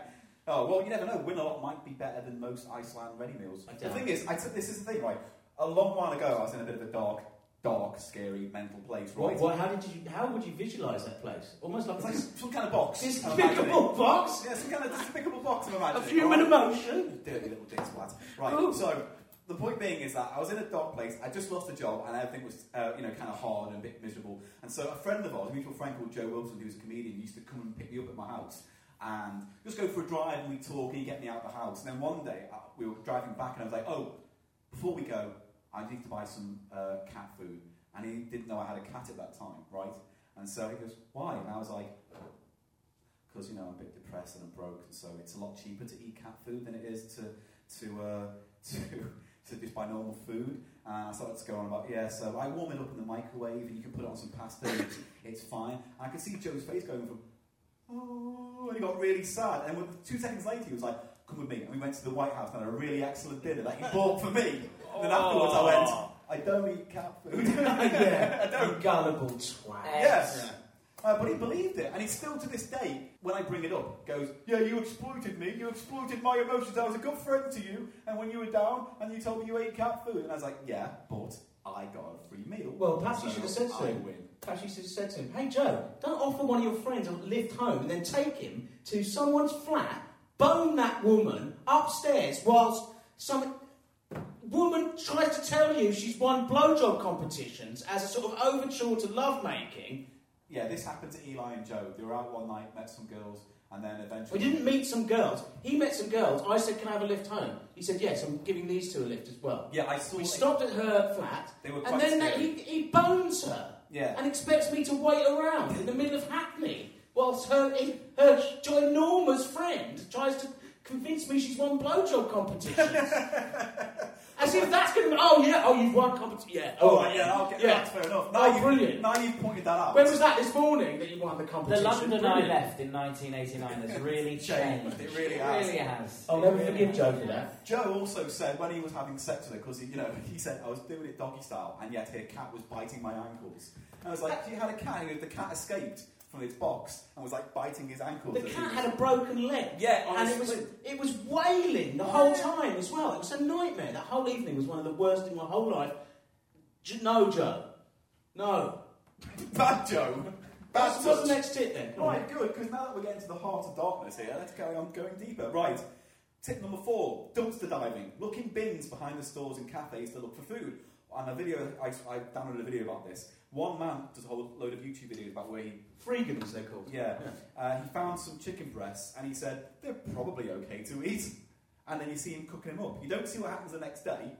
Speaker 2: Oh well, you never know. Win a lot might be better than most Iceland ready meals.
Speaker 3: I
Speaker 2: The
Speaker 3: doubt
Speaker 2: thing is, I took this is the thing, right? A long while ago, I was in a bit of a dark, dark, scary mental place, right?
Speaker 3: What, what, how did you? How would you visualize that place? Almost like
Speaker 2: It's
Speaker 3: a
Speaker 2: like some kind of box.
Speaker 3: dis-
Speaker 2: I'm imagining.
Speaker 3: despicable box
Speaker 2: Yeah, some kind of despicable box. I'm imagining.
Speaker 3: of human
Speaker 2: right?
Speaker 3: emotion.
Speaker 2: Dirty little dick splat. Right.
Speaker 3: Ooh.
Speaker 2: So the point being is that I was in a dark place. I just lost a job, and everything was, uh, you know, kind of hard and a bit miserable. And so a friend of ours, a mutual friend called Joe Wilson, who's a comedian, used to come and pick me up at my house and just go for a drive, and we would talk, and he'd get me out of the house. And then one day uh, we were driving back, and I was like, oh, before we go, I need to buy some uh, cat food. And he didn't know I had a cat at that time, right? And so he goes, why? And I was like, because, you know, I'm a bit depressed and I'm broke, and so it's a lot cheaper to eat cat food than it is to, to, uh, to, to just buy normal food. And I started to go on about, yeah, so I warm it up in the microwave and you can put it on some pasta, and it's, it's fine. And I could see Joe's face going from, oh, and he got really sad. And with, two seconds later, he was like, come with me. And we went to the White House and had a really excellent dinner that he bought for me. And then afterwards, I went,
Speaker 7: Oh.
Speaker 2: I I don't eat cat food.
Speaker 3: yeah.
Speaker 2: I don't.
Speaker 3: You gullible twat.
Speaker 2: Yes. Uh, but he believed it, and he still to this day, when I bring it up, goes, Yeah, you exploited me, you exploited my emotions, I was a good friend to you, and when you were down, and you told me you ate cat food. And I was like, Yeah, but I got a free meal.
Speaker 3: Well, perhaps you
Speaker 2: so
Speaker 3: should have said
Speaker 2: I
Speaker 3: so.
Speaker 2: win.
Speaker 3: Perhaps you should have said to him, hey Joe, don't offer one of your friends a lift home and then take him to someone's flat, bone that woman upstairs whilst some woman tries to tell you she's won blowjob competitions as a sort of overture to lovemaking.
Speaker 2: Yeah, this happened to Eli and Joe. They were out one night, met some girls, and then
Speaker 3: We
Speaker 2: eventually.
Speaker 3: didn't meet some girls. He met some girls. I said, can I have a lift home? He said, yes, I'm giving these two a lift as well.
Speaker 2: Yeah, I saw
Speaker 3: We
Speaker 2: it.
Speaker 3: stopped at her flat
Speaker 2: They were quite
Speaker 3: and then that,
Speaker 2: scary.
Speaker 3: he, he bones her.
Speaker 2: Yeah.
Speaker 3: and expects me to wait around in the middle of Hackney whilst her, her ginormous friend tries to convince me she's won blowjob competitions. As if that's going to be, oh yeah, oh you've won competition, yeah,
Speaker 2: Oh,
Speaker 3: oh
Speaker 2: right, yeah, I'll get that's fair enough. Now
Speaker 3: Oh,
Speaker 2: you've,
Speaker 3: brilliant.
Speaker 2: Now you've pointed that out.
Speaker 3: When was that this morning that you won the
Speaker 4: The
Speaker 3: competition?
Speaker 4: London I
Speaker 3: Brilliant.
Speaker 4: left in 1989 has really changed.
Speaker 2: It really has.
Speaker 4: really has.
Speaker 3: I'll
Speaker 4: It
Speaker 3: never
Speaker 4: really
Speaker 3: forgive
Speaker 4: has.
Speaker 3: Joe for that.
Speaker 2: Joe also said when he was having sex with her, because you know he said I was doing it doggy style, and yet her cat was biting my ankles. And I was like, you had a cat who the cat escaped from its box and was like biting his ankles.
Speaker 3: The
Speaker 2: as he
Speaker 3: cat
Speaker 2: was-
Speaker 3: had a broken leg.
Speaker 2: yeah,
Speaker 3: And it was it was wailing the whole time as well. It was a nightmare. That whole evening was one of the worst in my whole life. J- no, Joe. No.
Speaker 2: bad Joe. Bad
Speaker 3: What's, what's
Speaker 2: touch.
Speaker 3: the next tip then? Come on.
Speaker 2: Right, good. Because now that we're getting to the heart of darkness here, let's carry on going deeper. Right. Tip number four: dumpster diving. Look in bins behind the stores and cafes to look for food. And a video, I, I downloaded a video about this. One man does a whole load of YouTube videos about where he
Speaker 3: Freegans, they're called.
Speaker 2: Yeah. Uh, he found some chicken breasts and he said, they're probably okay to eat. And then you see him cooking them up. You don't see what happens the next day,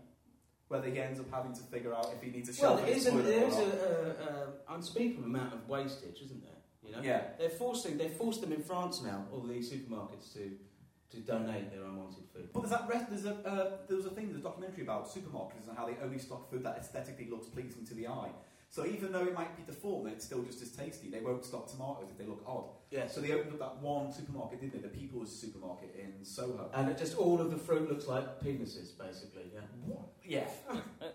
Speaker 2: whether he ends up having to figure out if he needs a
Speaker 3: Well,
Speaker 2: shelf.
Speaker 3: there
Speaker 2: in
Speaker 3: is,
Speaker 2: his
Speaker 3: an
Speaker 2: toilet
Speaker 3: there
Speaker 2: or
Speaker 3: is
Speaker 2: not.
Speaker 3: a uh, uh, unspeakable amount of wastage, isn't there? You know,
Speaker 2: Yeah.
Speaker 3: they're forcing they forced them in France now. All these supermarkets to to donate their unwanted food.
Speaker 2: But there's that rest, there's a, uh, there was a thing, there's a documentary about supermarkets and how they only stock food that aesthetically looks pleasing to the eye. So even though it might be deformed, it's still just as tasty. They won't stock tomatoes if they look odd.
Speaker 3: Yes.
Speaker 2: So they opened up that one supermarket, didn't they? The People's Supermarket in Soho.
Speaker 3: And it just all of the fruit looks like penises, basically. Yeah.
Speaker 2: What? Yeah.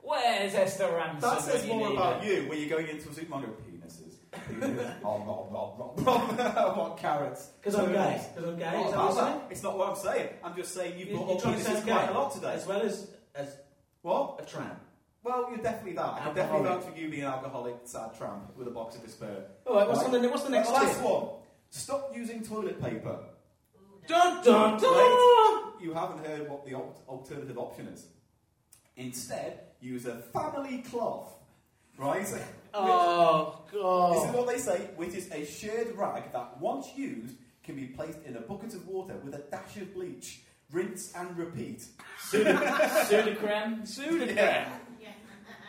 Speaker 4: Where's Esther Ransom?
Speaker 2: That says
Speaker 4: when you
Speaker 2: more
Speaker 4: need
Speaker 2: about
Speaker 4: her?
Speaker 2: you when you're going into a supermarket with penises. oh, rob, rob, rob, rob. what carrots?
Speaker 3: Because I'm
Speaker 2: Turnips.
Speaker 3: gay. Because I'm gay.
Speaker 2: Not
Speaker 3: is
Speaker 2: about
Speaker 3: that what you're
Speaker 2: that.
Speaker 3: saying?
Speaker 2: It's not what I'm saying. I'm just saying you've
Speaker 3: You-
Speaker 2: brought
Speaker 3: you're
Speaker 2: up
Speaker 3: trying to
Speaker 2: penises
Speaker 3: sound
Speaker 2: quite
Speaker 3: gay.
Speaker 2: a lot today.
Speaker 3: As well as as
Speaker 2: What?
Speaker 3: a tramp.
Speaker 2: Well, you're definitely that. I can definitely
Speaker 3: Alcoholic.
Speaker 2: vouch for you being an alcoholic, sad tramp with a box of despair.
Speaker 3: All right. What's,
Speaker 2: Right.
Speaker 3: on the, what's the next
Speaker 2: the last
Speaker 3: tip?
Speaker 2: one. Stop using toilet paper.
Speaker 8: Ooh, no.
Speaker 3: Dun dun dun.
Speaker 2: You haven't heard what the al- alternative option is. Instead, use a family cloth, right?
Speaker 3: Oh
Speaker 2: This is
Speaker 3: god.
Speaker 2: what they say, which is a shared rag that once used can be placed in a bucket of water with a dash of bleach, rinse and repeat.
Speaker 4: Sudocrem. Sudocrem.
Speaker 2: Yeah.
Speaker 8: Yeah.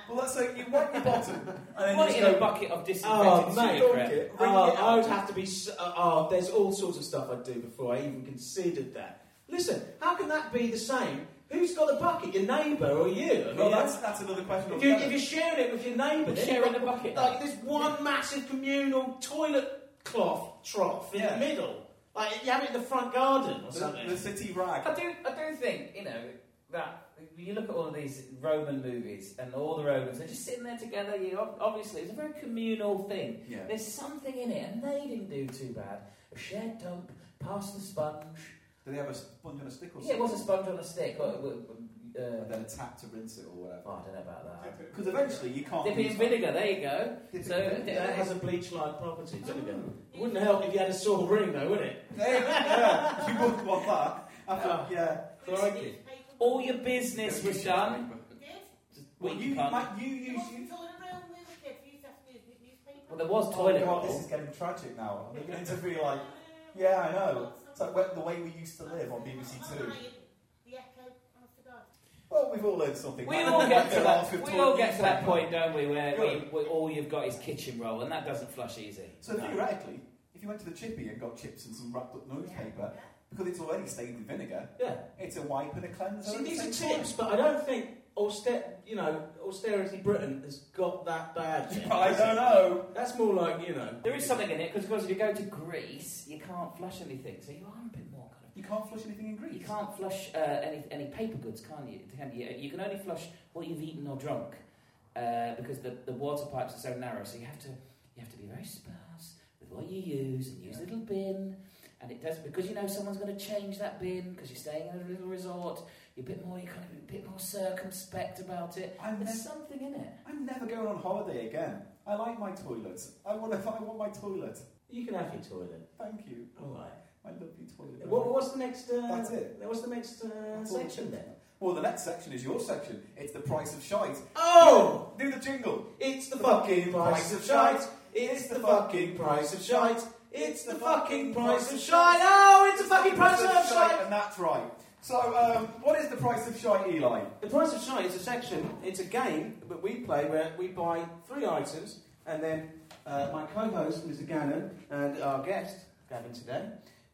Speaker 2: Well, that's like you wipe your bottom and then
Speaker 4: Put
Speaker 2: you
Speaker 4: it
Speaker 2: just
Speaker 4: in a
Speaker 2: go
Speaker 4: bucket of
Speaker 3: Oh,
Speaker 4: disinfectant
Speaker 3: mate.
Speaker 2: dunk
Speaker 4: Sudocrem.
Speaker 2: it, wring
Speaker 3: Oh,
Speaker 2: it
Speaker 3: I would
Speaker 2: out.
Speaker 3: have to be. s- Uh, oh, there's all sorts of stuff I'd do before I even considered that. Listen, how can that be the same? Who's got the bucket, your neighbour or you? I mean,
Speaker 2: Well, that's that's another question.
Speaker 3: if, you, if you're sharing it with your neighbour, then
Speaker 4: Sharing
Speaker 3: you've
Speaker 4: the
Speaker 3: got-
Speaker 4: bucket.
Speaker 3: Like this one massive communal toilet cloth trough in
Speaker 2: Yeah.
Speaker 3: the middle. Like you have it in the front garden or
Speaker 2: the,
Speaker 3: something.
Speaker 2: the city rag.
Speaker 4: I do, I do think, you know, that when you look at all of these Roman movies and all the Romans, they're just sitting there together. You ob- Obviously, it's a very communal thing.
Speaker 2: Yeah.
Speaker 4: There's something in it, and they didn't do too bad. A shared dump, pass the sponge.
Speaker 2: Do they have a sponge on a stick or something?
Speaker 4: Yeah, it was a sponge on a stick. Or, uh,
Speaker 2: And then a tap to rinse it or whatever.
Speaker 4: oh, I don't know about that.
Speaker 2: Because eventually you can't.
Speaker 4: Dipping in vinegar, there you go. So
Speaker 3: That has a bleach-like property, doesn't it?
Speaker 8: Mm.
Speaker 3: It wouldn't help if you had a sore ring, though, would it?
Speaker 2: There, yeah, you wouldn't want that. After,
Speaker 3: Oh.
Speaker 2: yeah.
Speaker 3: Crikey.
Speaker 8: Paper.
Speaker 4: all your business was done.
Speaker 8: Did?
Speaker 2: Well, you,
Speaker 4: you can't-
Speaker 2: might- you
Speaker 8: It
Speaker 2: use.
Speaker 8: wasn't
Speaker 2: You,
Speaker 8: all around when we were kids. We used to have to use new- newspaper.
Speaker 4: Well, there was toilet
Speaker 2: oh, God,
Speaker 4: roll.
Speaker 2: this is getting tragic now. They're going to be like, yeah, I know. It's like when- the way we used to live on BBC Two.
Speaker 8: The Echo. Honest to God.
Speaker 2: Well, we've all learned something.
Speaker 4: We all get to that. We all get to that point, don't we? Where, where,
Speaker 2: Good.
Speaker 4: where all you've got is kitchen roll, and that doesn't flush easy.
Speaker 2: So theoretically, if you went to the chippy and got chips and some wrapped up newspaper, because it's already stained in vinegar,
Speaker 3: Yeah.
Speaker 2: it's a wipe and a cleanser.
Speaker 3: See,
Speaker 2: at the
Speaker 3: these are
Speaker 2: same time.
Speaker 3: tips, but I don't think auster, you know, austerity Britain has got that bad. yet.
Speaker 2: I don't know.
Speaker 3: That's more like you know.
Speaker 4: There is something in it because, of course, if you go to Greece, you can't flush anything, so you are a bit more kind of
Speaker 2: You can't flush anything in Greece.
Speaker 4: You can't flush uh, any, any paper goods, can you? Can you? You can only flush what you've eaten or drunk uh, because the, the water pipes are so narrow. So you have to you have to be very sparse with what you use and use a little bin. And it does because you know someone's going to change that bin because you're staying in a little resort. You're a bit more you kind of a bit more circumspect about it.
Speaker 2: I'm
Speaker 4: There's
Speaker 2: nev-
Speaker 4: something in it.
Speaker 2: I'm never going on holiday again. I like my toilet. I want, to, I want my toilet.
Speaker 3: You can have your toilet.
Speaker 2: Thank you.
Speaker 3: All right.
Speaker 2: I love your toilet.
Speaker 3: What, what's the next? Uh,
Speaker 2: That's it.
Speaker 3: What's the next uh,
Speaker 2: That's all.
Speaker 3: section then?
Speaker 2: Well, the next section is your section. It's the price of shite.
Speaker 3: Oh,
Speaker 2: Do the jingle.
Speaker 3: it's the fucking price of shite. It's the fucking price of shite. It's the fucking price of shite. Oh, it's the fucking price of shite.
Speaker 2: And that's right. So, um, what is the price of shite, Eli?
Speaker 3: The price of shite is a section. It's a game that we play where we buy three items, and then uh, my co-host, Mr. Gannon, and our guest, Gavin today,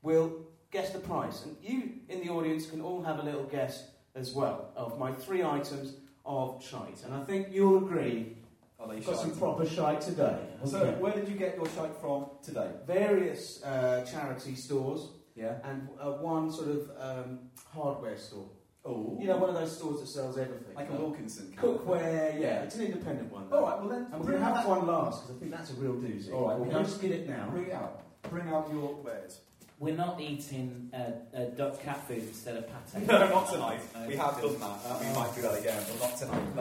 Speaker 3: will guess the price. And you in the audience can all have a little guess as well of my three items of shite. And I think you'll agree,
Speaker 2: Are they
Speaker 3: we've got some
Speaker 2: shite?
Speaker 3: proper shite today.
Speaker 2: So, where did you get your shite from today?
Speaker 3: various uh, charity stores
Speaker 2: Yeah.
Speaker 3: and uh, one sort of um, hardware store.
Speaker 2: Oh.
Speaker 3: You know, one of those stores that sells everything.
Speaker 2: like a Wilkinson. kind of-
Speaker 3: cookware, yeah. It's an independent one.
Speaker 2: All right. Well then,
Speaker 3: And we're
Speaker 2: bring
Speaker 3: going to have
Speaker 2: that-
Speaker 3: one last because I think that's a real doozy.
Speaker 2: All right,
Speaker 3: we'll
Speaker 2: we have-
Speaker 3: just get it now.
Speaker 2: Bring out. Bring out your wares.
Speaker 4: We're not eating uh, uh, duck cat food instead of pate.
Speaker 2: No, not tonight.
Speaker 4: No,
Speaker 2: We have done that. Uh, we might do that again, but not
Speaker 4: oh,
Speaker 2: tonight.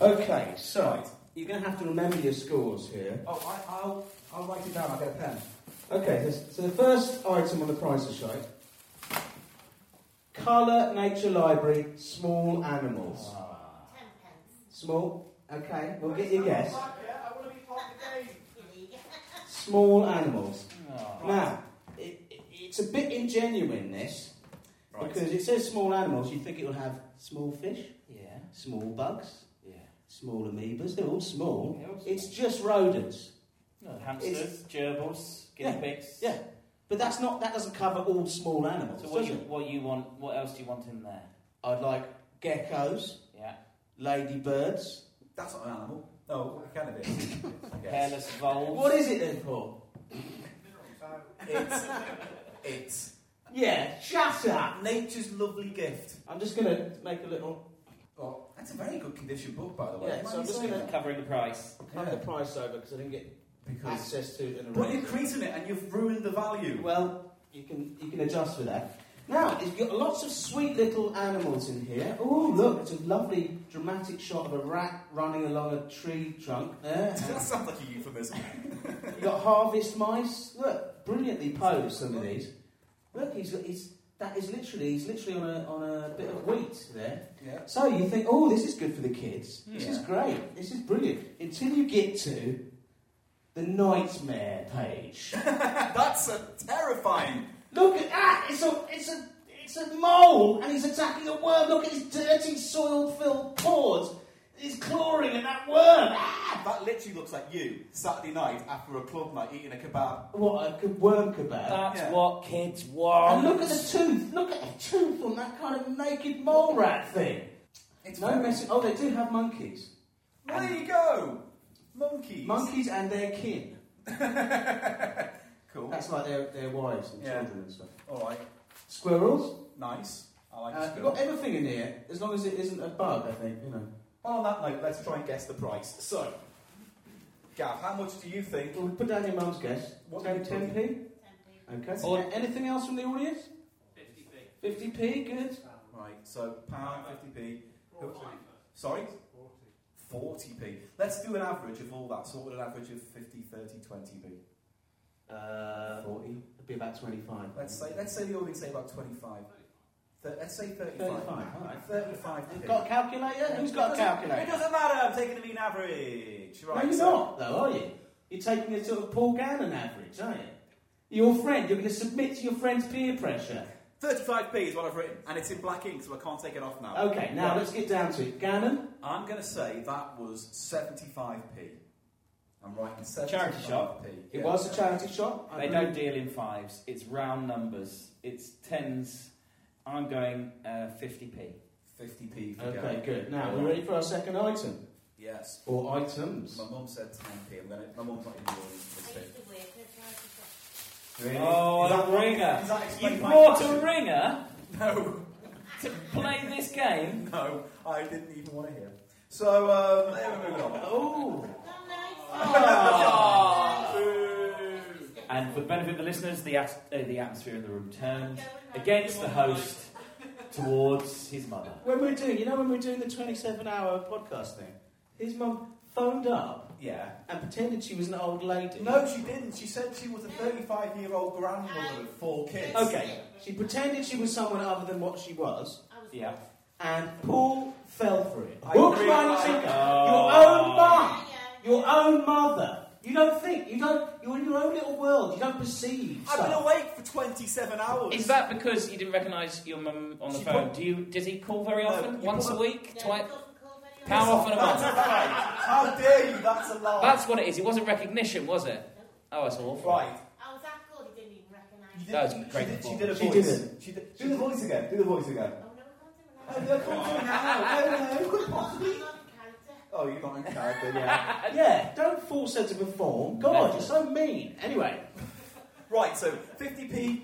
Speaker 2: No.
Speaker 3: Okay, so
Speaker 2: Right.
Speaker 3: you're going to have to remember your scores here.
Speaker 2: Oh, I, I'll I'll write it down. I'll get a pen.
Speaker 3: Okay, so- so the first item on the price of shite. Colour Nature Library, small animals.
Speaker 4: Ah.
Speaker 8: Ten pence.
Speaker 3: Small, okay, we'll get your guess.
Speaker 1: Yeah, I want to be part of the game.
Speaker 8: Silly.
Speaker 3: Small animals.
Speaker 4: Ah.
Speaker 3: Now, it, it- it's a bit ingenuine, this, because it says small animals. You think it will have small fish,
Speaker 4: Yeah.
Speaker 3: small bugs,
Speaker 4: Yeah.
Speaker 3: small amoebas. They're all small.
Speaker 4: Yeah, what's-
Speaker 3: It's just rodents.
Speaker 4: No, hamsters, gerbils, guinea
Speaker 3: Yeah,
Speaker 4: pigs.
Speaker 3: yeah. But that's not. That doesn't cover all small animals,
Speaker 4: So what
Speaker 3: does
Speaker 4: you,
Speaker 3: it?
Speaker 4: what you want? What else do you want in there?
Speaker 3: I'd like geckos,
Speaker 4: Yeah.
Speaker 3: ladybirds.
Speaker 2: That's not an animal. No, it kind of is. I guess.
Speaker 4: Hairless voles.
Speaker 3: What is it then, Paul?
Speaker 2: it's it's
Speaker 3: Yeah, shut up.
Speaker 2: nature's lovely gift.
Speaker 3: I'm just gonna make a little
Speaker 2: Oh, that's a very good condition book, by the way.
Speaker 3: Yeah,
Speaker 2: You might
Speaker 3: so I'm uh,
Speaker 2: be
Speaker 3: just
Speaker 2: saying
Speaker 3: gonna-
Speaker 2: that.
Speaker 4: Covering the price.
Speaker 3: cut the
Speaker 2: Yeah.
Speaker 3: price over because I didn't get
Speaker 2: because.
Speaker 3: access to it in a
Speaker 2: But you're creasing it and you've ruined the value.
Speaker 3: Well, you can you can adjust for that. Now, it's got lots of sweet little animals in here. Oh, look, it's a lovely dramatic shot of a rat running along a tree trunk there.
Speaker 2: that sounds like a euphemism.
Speaker 3: You've got harvest mice. Look, brilliantly posed, some of these. Look, he's, got- he's that is literally he's literally on a, on a bit of wheat there.
Speaker 2: yeah.
Speaker 3: So you think, oh, this is good for the kids. This is
Speaker 2: Yeah.
Speaker 3: great. This is brilliant. Until you get to the nightmare page.
Speaker 2: That's a terrifying.
Speaker 3: Look at that! It's a it's a it's a mole, and he's attacking a worm. Look at his dirty, soil-filled paws. He's clawing at that worm. Ah!
Speaker 2: That literally looks like you Saturday night after a club night eating a kebab.
Speaker 3: What a good worm kebab!
Speaker 4: That's
Speaker 2: Yeah.
Speaker 4: what kids
Speaker 3: And
Speaker 4: want.
Speaker 3: look at the tooth. Look at the tooth on that kind of naked mole rat thing.
Speaker 2: It's
Speaker 3: No messing. Oh, they do have monkeys.
Speaker 2: There you go. Monkeys.
Speaker 3: Monkeys and their kin.
Speaker 2: Cool.
Speaker 3: That's like their, their wives and
Speaker 2: Yeah.
Speaker 3: children and stuff.
Speaker 2: All right.
Speaker 3: Squirrels.
Speaker 2: Nice. I like
Speaker 3: Uh, you've
Speaker 2: school.
Speaker 3: got everything in here, as long as it isn't a bug. I think you know.
Speaker 2: Well, on that note, let's try and guess the price. So, Gav, how much do you think?
Speaker 3: Well, put down your mum's guess.
Speaker 2: What
Speaker 3: Ten-
Speaker 2: are you talking-
Speaker 3: 10p?
Speaker 8: Ten pence.
Speaker 3: Okay.
Speaker 4: Or-
Speaker 3: A- anything else from the audience? 50p. 50p, good.
Speaker 2: Right, so pound
Speaker 3: Uh,
Speaker 2: fifty p. Sorry, forty p. Let's do an average of all that. So, what would an average of 50, 30, 20 be?
Speaker 3: Uh, 40. It'd be about 25.
Speaker 2: Let's say let's say the audience say about twenty five. Th- let's say thirty
Speaker 3: 35.
Speaker 2: five.
Speaker 3: all right.
Speaker 2: Thirty five.
Speaker 3: Got a calculator? Who's got a
Speaker 2: It
Speaker 3: calculator?
Speaker 2: doesn't matter. I'm taking the mean average.
Speaker 3: No,
Speaker 2: Right.
Speaker 3: you're
Speaker 2: so-
Speaker 3: not, though, are you? You're taking a sort of Paul Gannon average, aren't you? Your friend, you're going to submit to your friend's peer pressure.
Speaker 2: 35p is what I've written, and it's in black ink, so I can't take it off now.
Speaker 3: Okay, now
Speaker 2: Right.
Speaker 3: let's get down to it. Gannon?
Speaker 2: I'm going to say that was 75p. I'm writing 75p.
Speaker 4: Charity shop.
Speaker 3: It
Speaker 2: Yeah.
Speaker 3: was a charity shop. I
Speaker 4: They
Speaker 3: believe-
Speaker 4: don't deal in fives. It's round numbers. It's tens. I'm going uh, 50p.
Speaker 2: 50p for
Speaker 3: Okay,
Speaker 2: Gary.
Speaker 3: good. Now, we're ready for our second item.
Speaker 2: Yes.
Speaker 3: Or items.
Speaker 2: My mum said 10p. I'm gonna, my mum's not in the audience for this
Speaker 8: I
Speaker 2: bit.
Speaker 8: used to work at a charity shop.
Speaker 2: Really?
Speaker 4: Oh,
Speaker 2: Is that-
Speaker 4: a ringer.
Speaker 2: does that
Speaker 4: You
Speaker 2: explain my
Speaker 4: brought a
Speaker 2: question?
Speaker 4: ringer
Speaker 2: No.
Speaker 4: to play this game?
Speaker 2: No, I didn't even want to hear. So, um, anyway, moving on.
Speaker 4: Oh.
Speaker 8: Not nice.
Speaker 4: And for the benefit of the listeners, the, at- uh, the atmosphere in the room turned against the host towards his mother.
Speaker 3: When we we're doing, you know, when we we're doing the 27 hour podcast thing, his mum phoned up
Speaker 2: Yeah.
Speaker 3: and pretended she was an old lady.
Speaker 2: No, she didn't. She said she was a 35 year old grandmother of four kids.
Speaker 3: Okay, she pretended she was someone other than what she was,
Speaker 8: I was
Speaker 4: Yeah.
Speaker 3: and Paul fell for it.
Speaker 2: I
Speaker 3: Hook,
Speaker 2: agree.
Speaker 3: line, and sinker. Your own
Speaker 4: Oh.
Speaker 3: mum, your own mother. You don't think, you don't, you're in your own little world, you don't perceive.
Speaker 2: I've been
Speaker 3: stuff.
Speaker 2: awake for 27 hours.
Speaker 7: Is that because you didn't recognise your mum on the
Speaker 2: She
Speaker 7: phone?
Speaker 2: prob-
Speaker 7: Do you? Does he call very
Speaker 2: No,
Speaker 7: often?
Speaker 2: you
Speaker 7: Once a
Speaker 2: prob-
Speaker 7: week?
Speaker 8: Yeah,
Speaker 7: Twice?
Speaker 8: it doesn't call very
Speaker 7: How often
Speaker 8: often.
Speaker 7: a
Speaker 2: That's
Speaker 7: month?
Speaker 2: a lie. How dare you? That's a lie.
Speaker 7: That's what it is. It wasn't recognition, was it? Oh, that's awful.
Speaker 2: right.
Speaker 8: I was that good, he didn't even recognise
Speaker 2: You
Speaker 8: me.
Speaker 7: That was
Speaker 2: didn't-
Speaker 7: great
Speaker 2: She did, she
Speaker 7: performance.
Speaker 2: did a
Speaker 3: She
Speaker 2: voice.
Speaker 3: didn't.
Speaker 2: She did, do the voice again. Do the voice again.
Speaker 8: Oh,
Speaker 2: Oh,
Speaker 8: no, I can't do
Speaker 2: no, come on now. No, no,
Speaker 8: it.
Speaker 2: come on.
Speaker 8: I'm not in character.
Speaker 2: Oh, you're not in character, yeah.
Speaker 3: Yeah, don't force her to perform. God, you're so mean. Anyway,
Speaker 2: right, so 50p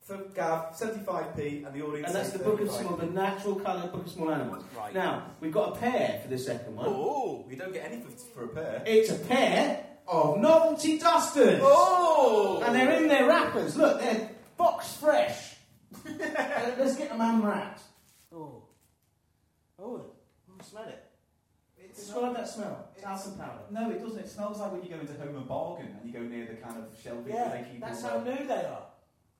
Speaker 2: for Gav, 75p, and the audience.
Speaker 3: and that's the
Speaker 2: says
Speaker 3: book of
Speaker 2: 35p.
Speaker 3: small, the natural colour book of small animals.
Speaker 2: Right.
Speaker 3: Now we've got a pair for the second one.
Speaker 2: Oh, you don't get any for, for a pair.
Speaker 3: It's a pair of novelty dusters,
Speaker 2: Oh!
Speaker 3: and they're in their wrappers. Look, they're box fresh. Uh, Let's get them unwrapped. Oh, oh, I smell it. Describe that smell. It's
Speaker 2: it's-
Speaker 3: talcum powder.
Speaker 2: No, it doesn't. It smells like when you go into Home and Bargain and you go near the kind of shelving where
Speaker 3: Yeah,
Speaker 2: they keep
Speaker 3: that's
Speaker 2: all
Speaker 3: how
Speaker 2: the-
Speaker 3: new they are.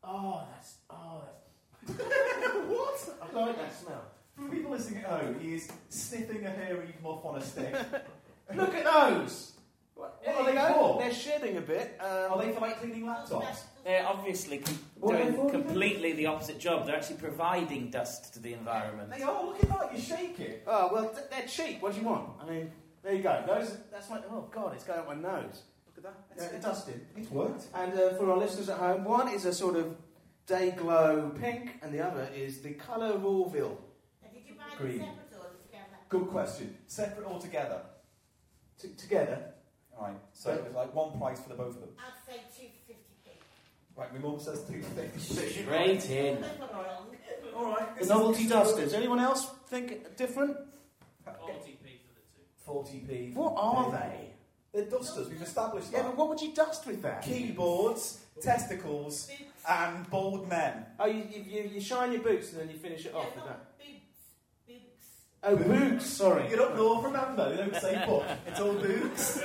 Speaker 3: Oh, that's oh, that's what? I like that smell.
Speaker 2: For people listening at home, he is sniffing a hairy muff on a stick.
Speaker 3: Look at those. What,
Speaker 2: What are they for?
Speaker 3: They're shedding a bit. Um,
Speaker 2: Are they for like cleaning laptops?
Speaker 7: They're obviously com-
Speaker 3: What are they
Speaker 7: doing
Speaker 3: for?
Speaker 7: completely the opposite job. They're actually providing dust to the environment.
Speaker 2: They are. Oh, Look at that. You shake it.
Speaker 3: Oh well, th- they're cheap. What do you want? I mean, there you go. Those. That's my. Oh God, it's going up my nose. Look at that. It's,
Speaker 2: It's-
Speaker 3: it's dusted.
Speaker 2: It worked.
Speaker 3: And uh, for our listeners at home, one is a sort of day glow pink, and the other is the colour of Orville.
Speaker 8: Did you buy them
Speaker 2: Green.
Speaker 8: separate or together?
Speaker 2: Good question. Separate or together?
Speaker 3: T- together.
Speaker 2: All right. So it was like one price for the both of them.
Speaker 8: I'd say two for fifty p.
Speaker 2: Right. My mum says two fifty.
Speaker 4: Straight in.
Speaker 8: That's not wrong.
Speaker 2: All right.
Speaker 3: The novelty dusters. Anyone else think different?
Speaker 2: Forty p.
Speaker 3: What are they?
Speaker 2: They're dusters. We've established
Speaker 3: Yeah, but
Speaker 2: that.
Speaker 3: what would you dust with that?
Speaker 2: Keyboards, testicles,
Speaker 8: Boots.
Speaker 2: and bald men.
Speaker 3: Oh, you, you, you, you shine your boots and then you finish it
Speaker 8: Yeah,
Speaker 3: off with that.
Speaker 8: not boots. Boots.
Speaker 3: Oh, boots. Sorry.
Speaker 2: You're up north, remember? They don't say book. It's all boots.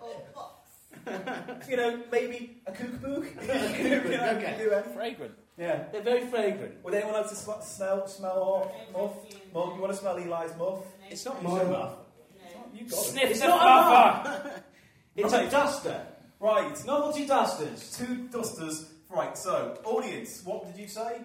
Speaker 8: Or box.
Speaker 2: you know, maybe a kookbook.
Speaker 3: okay.
Speaker 7: Fragrant.
Speaker 2: Yeah.
Speaker 3: They're very fragrant.
Speaker 2: Would anyone like to sm- smell smell off muff? Muff, you want to smell Eli's muff?
Speaker 3: It's not
Speaker 2: It's
Speaker 3: my
Speaker 2: your
Speaker 3: muff.
Speaker 8: No.
Speaker 2: You got it.
Speaker 7: Sniff the
Speaker 3: not a
Speaker 7: buffer.
Speaker 3: It's a
Speaker 2: Right.
Speaker 3: duster.
Speaker 2: Right,
Speaker 3: Novelty dusters.
Speaker 2: two dusters. Right, so audience, what did you say?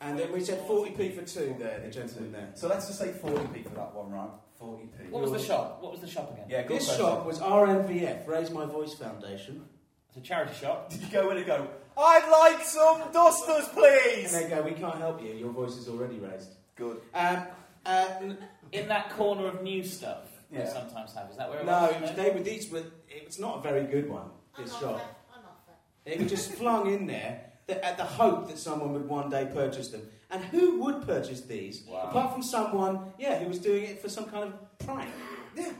Speaker 3: And then we said 40p for two there, the gentleman there.
Speaker 2: So let's just say forty p for that one, right? Forty p.
Speaker 7: What was the shop? What was the shop again?
Speaker 2: Yeah, good
Speaker 3: This
Speaker 2: question.
Speaker 3: shop was RMVF, Raise My Voice Foundation.
Speaker 7: It's a charity shop.
Speaker 2: Did you go in and go? I'd like some dusters,
Speaker 3: And
Speaker 2: please.
Speaker 3: they go, we can't help you, your voice is already raised.
Speaker 2: Good.
Speaker 3: Um, uh, n-
Speaker 7: In that corner of new stuff
Speaker 2: Yeah.
Speaker 7: they sometimes have. Is that where it
Speaker 3: no,
Speaker 7: was?
Speaker 3: it was, they were these, but it was not a very good one, this
Speaker 8: I'm
Speaker 2: Uh-huh.
Speaker 3: shop.
Speaker 8: Off I'm off
Speaker 3: They were just flung in there that, at the hope that someone would one day purchase them. And who would purchase these?
Speaker 7: Wow.
Speaker 3: Apart from someone, yeah, who was doing it for some kind of prank.
Speaker 2: Yeah,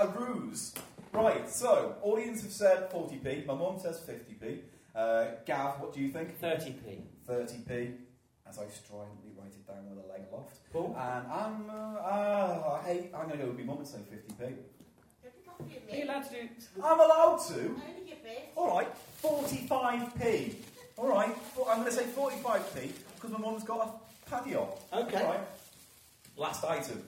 Speaker 2: a, a ruse. Right, so audience have said 40p. My mum says 50p. Uh, Gav, what do you think?
Speaker 7: 30p.
Speaker 2: 30p. As I stridently write it down with a leg aloft.
Speaker 3: Paul?
Speaker 2: And I'm, uh, uh, I hate, I'm going to go with my mum and say 50p.
Speaker 8: Don't be copy of
Speaker 7: Are you
Speaker 8: me.
Speaker 7: allowed to do?
Speaker 2: I'm allowed to.
Speaker 8: I only give this.
Speaker 2: All right, 45p. All right, well, I'm going to say 45p because my mum's got a paddy-on.
Speaker 3: Okay.
Speaker 2: All right. Last item.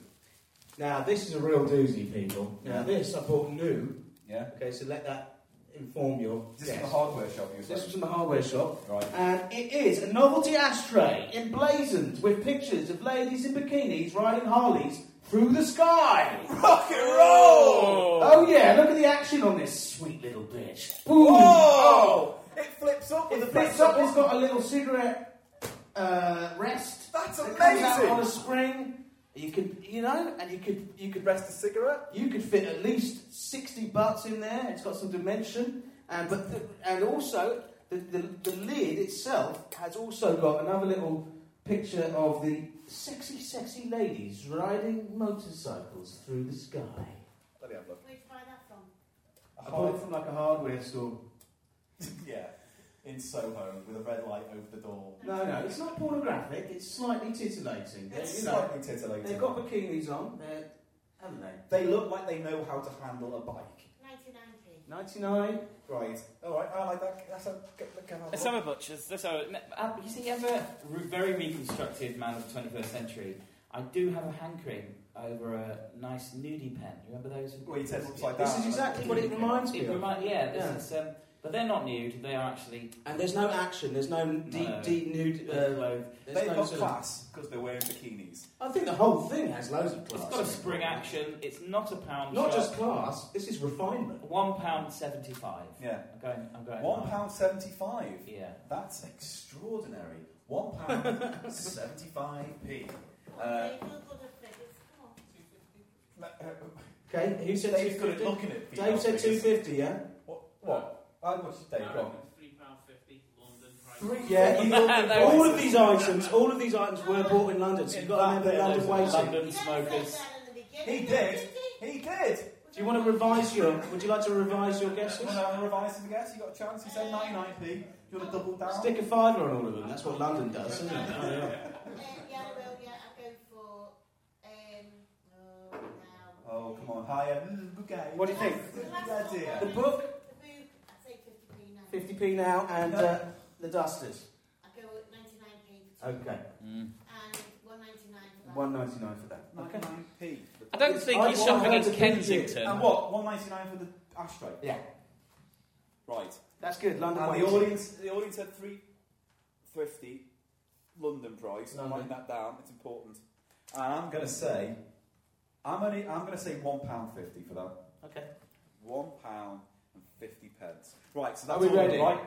Speaker 3: Now, this is a real doozy, people. Now, this I bought new.
Speaker 2: Yeah.
Speaker 3: Okay, so let that inform your
Speaker 2: This is
Speaker 3: guess.
Speaker 2: from the hardware shop. You were
Speaker 3: This was
Speaker 2: saying.
Speaker 3: from the hardware shop.
Speaker 2: Right.
Speaker 3: And it is a novelty ashtray emblazoned with pictures of ladies in bikinis riding Harleys through the sky.
Speaker 2: Rock and roll!
Speaker 3: Oh, yeah, look at the action on this sweet little bitch. Boom!
Speaker 2: Whoa! It flips up with
Speaker 3: Oh! It
Speaker 2: the
Speaker 3: flips up, it's got a little cigarette uh, rest.
Speaker 2: That's
Speaker 3: that comes out
Speaker 2: amazing.
Speaker 3: on a spring. You could, you know, and you could, you could
Speaker 2: Rest a cigarette.
Speaker 3: You could fit at least 60 butts in there. It's got some dimension. And but and also the, the, the lid itself has also got another little picture of the sexy, sexy ladies riding motorcycles through the sky.
Speaker 2: Let me have a look.
Speaker 8: Where'd you buy that from?
Speaker 2: A
Speaker 1: I bought
Speaker 2: hard,
Speaker 1: it from like a hardware store.
Speaker 2: yeah, in Soho with a red light over the door.
Speaker 3: No, no, it's not pornographic. It's slightly titillating. They're,
Speaker 2: It's
Speaker 3: you know,
Speaker 2: slightly titillating.
Speaker 3: they've got bikinis on. They're, haven't they?
Speaker 2: They look like they know how to handle a bike.
Speaker 8: 1990.
Speaker 3: Ninety nine.
Speaker 2: Right. All right. I like that. That's a good look. at
Speaker 7: The
Speaker 2: that.
Speaker 7: summer butchers. That's how it-
Speaker 4: Uh, you see, as a re- very reconstructive man of the 21st century, I do have a hankering over a nice nudie pen. You remember those?
Speaker 2: Well, your ted's upside down.
Speaker 3: This is exactly what it reminds me
Speaker 4: It
Speaker 3: of.
Speaker 4: remind, yeah, this
Speaker 3: Yeah.
Speaker 4: Is, um, but they're not nude. They are actually
Speaker 3: And there's no action. There's no deep,
Speaker 4: No.
Speaker 3: deep nude. Uh,
Speaker 4: uh,
Speaker 3: there's
Speaker 4: clothed.
Speaker 2: They've
Speaker 3: no
Speaker 2: got
Speaker 3: sort of-
Speaker 2: class because they're wearing bikinis.
Speaker 3: I think the whole thing has loads of class.
Speaker 4: It's got a spring action. It's not a pound.
Speaker 3: Not
Speaker 4: shop.
Speaker 3: just class. This is refinement.
Speaker 4: one pound seventy-five.
Speaker 2: Yeah.
Speaker 4: I'm going. I'm going.
Speaker 2: One
Speaker 4: high.
Speaker 2: pound seventy-five.
Speaker 4: Yeah.
Speaker 2: That's extraordinary. One pound seventy-five p. Uh,
Speaker 8: They feel good at figures. Come on.
Speaker 3: Okay, who said
Speaker 2: Dave's
Speaker 3: two
Speaker 2: good at
Speaker 3: fifty?
Speaker 2: looking at people.
Speaker 3: uh, Dave said two fifty. Yeah.
Speaker 2: What? What? Uh, what's Dave
Speaker 9: I
Speaker 2: got?
Speaker 9: reckon three pound fifty London price.
Speaker 2: Three.
Speaker 3: Yeah. you-
Speaker 4: No,
Speaker 3: all of these items, all of these items were bought in London, so you've got to remember London waiting.
Speaker 4: London
Speaker 8: You never said
Speaker 4: smokers.
Speaker 8: that in the
Speaker 2: He
Speaker 8: beginning. Um,
Speaker 2: did. He did.
Speaker 3: Do you want to revise your? Would you like to revise your guesses?
Speaker 2: Want to have a revise of the guess? You got a chance. You said ninety-nine p. Do you want to double down?
Speaker 3: Stick a fiver on all of them. That's what London does, isn't it?
Speaker 8: Uh, yeah, I will, yeah. I'll go for. Um, oh, now.
Speaker 2: Oh, come on, higher. Mm, good guy.
Speaker 3: What do you think?
Speaker 2: Good
Speaker 8: Last
Speaker 2: idea.
Speaker 3: The
Speaker 8: one.
Speaker 3: book,
Speaker 8: The book, I'd say 50p now.
Speaker 3: fifty p now, and uh, the dusters.
Speaker 8: I'll go with 99p for two.
Speaker 3: Okay,
Speaker 4: Mm.
Speaker 8: And 199 for that.
Speaker 3: one ninety nine for that. Okay.
Speaker 2: 99p.
Speaker 7: I don't think
Speaker 3: I-
Speaker 7: you're
Speaker 3: I
Speaker 7: shopping
Speaker 3: heard
Speaker 7: at
Speaker 3: the king's here.
Speaker 7: Kensington.
Speaker 2: And what? 199 for the ashtray.
Speaker 3: Yeah,
Speaker 2: Right.
Speaker 3: that's good. London
Speaker 2: And the
Speaker 3: waiting.
Speaker 2: audience, the audience had 350 London price. I'm
Speaker 3: London.
Speaker 2: writing that down. It's important. And I'm going to say, I'm only, I'm going to say one pound fifty for that.
Speaker 3: Okay.
Speaker 2: One pound and fifty pence. Right. So
Speaker 3: Are
Speaker 2: that's
Speaker 3: we
Speaker 2: all
Speaker 3: ready?
Speaker 2: right.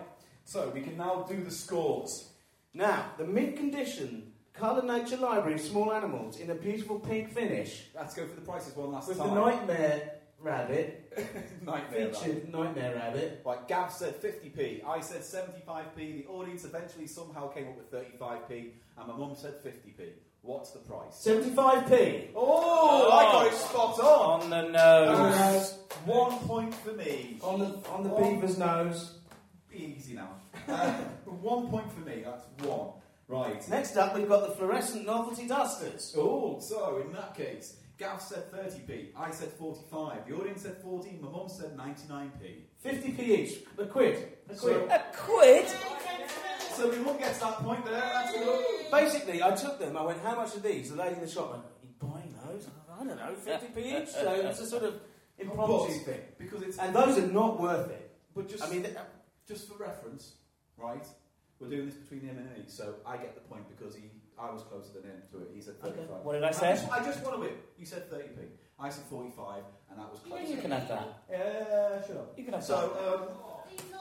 Speaker 2: So we can now do the scores.
Speaker 3: Now, the mid-condition Colour Nature Library of Small Animals in a beautiful pink finish
Speaker 2: Let's go for the prices one last
Speaker 3: with
Speaker 2: time.
Speaker 3: the Nightmare Rabbit,
Speaker 2: Nightmare. that.
Speaker 3: featured Nightmare Rabbit.
Speaker 2: Right, Gav said 50p, I said 75p, the audience eventually somehow came up with 35p, and my mum said 50p. What's the price?
Speaker 3: 75p.
Speaker 2: Oh, I got it spot on!
Speaker 7: On the
Speaker 3: Oh,
Speaker 7: nose.
Speaker 3: nose.
Speaker 2: One point for me.
Speaker 3: On the, on the
Speaker 2: Oh.
Speaker 3: beaver's nose.
Speaker 2: Be easy now. Uh, one point for me, that's one. Right.
Speaker 3: Next up, we've got the fluorescent novelty dusters.
Speaker 2: Oh, so in that case, Gav said 30p, I said 45, the audience said 40, my mum said 99p.
Speaker 3: 50p each. A quid. A quid.
Speaker 7: A quid?
Speaker 2: So we won't get to that point there, that's good.
Speaker 3: Basically, I took them. I went, how much are these? The lady in the shop went, you buying those? I don't know, 50p each. So it's a sort of impromptu
Speaker 2: But-
Speaker 3: thing.
Speaker 2: Because it's.
Speaker 3: And those are not worth it.
Speaker 2: But just.
Speaker 3: I mean, th-
Speaker 2: Just for reference, right? We're doing this between him and me, so I get the point because he, I was closer than him to it. He said 35.
Speaker 7: What did I
Speaker 2: I
Speaker 7: say?
Speaker 2: just, I just want to win. You said 30p. I said 45, and that was
Speaker 7: Yeah,
Speaker 2: close.
Speaker 7: you can have that.
Speaker 2: Yeah, sure.
Speaker 7: You can have that.
Speaker 2: So, um,
Speaker 8: Who are you talking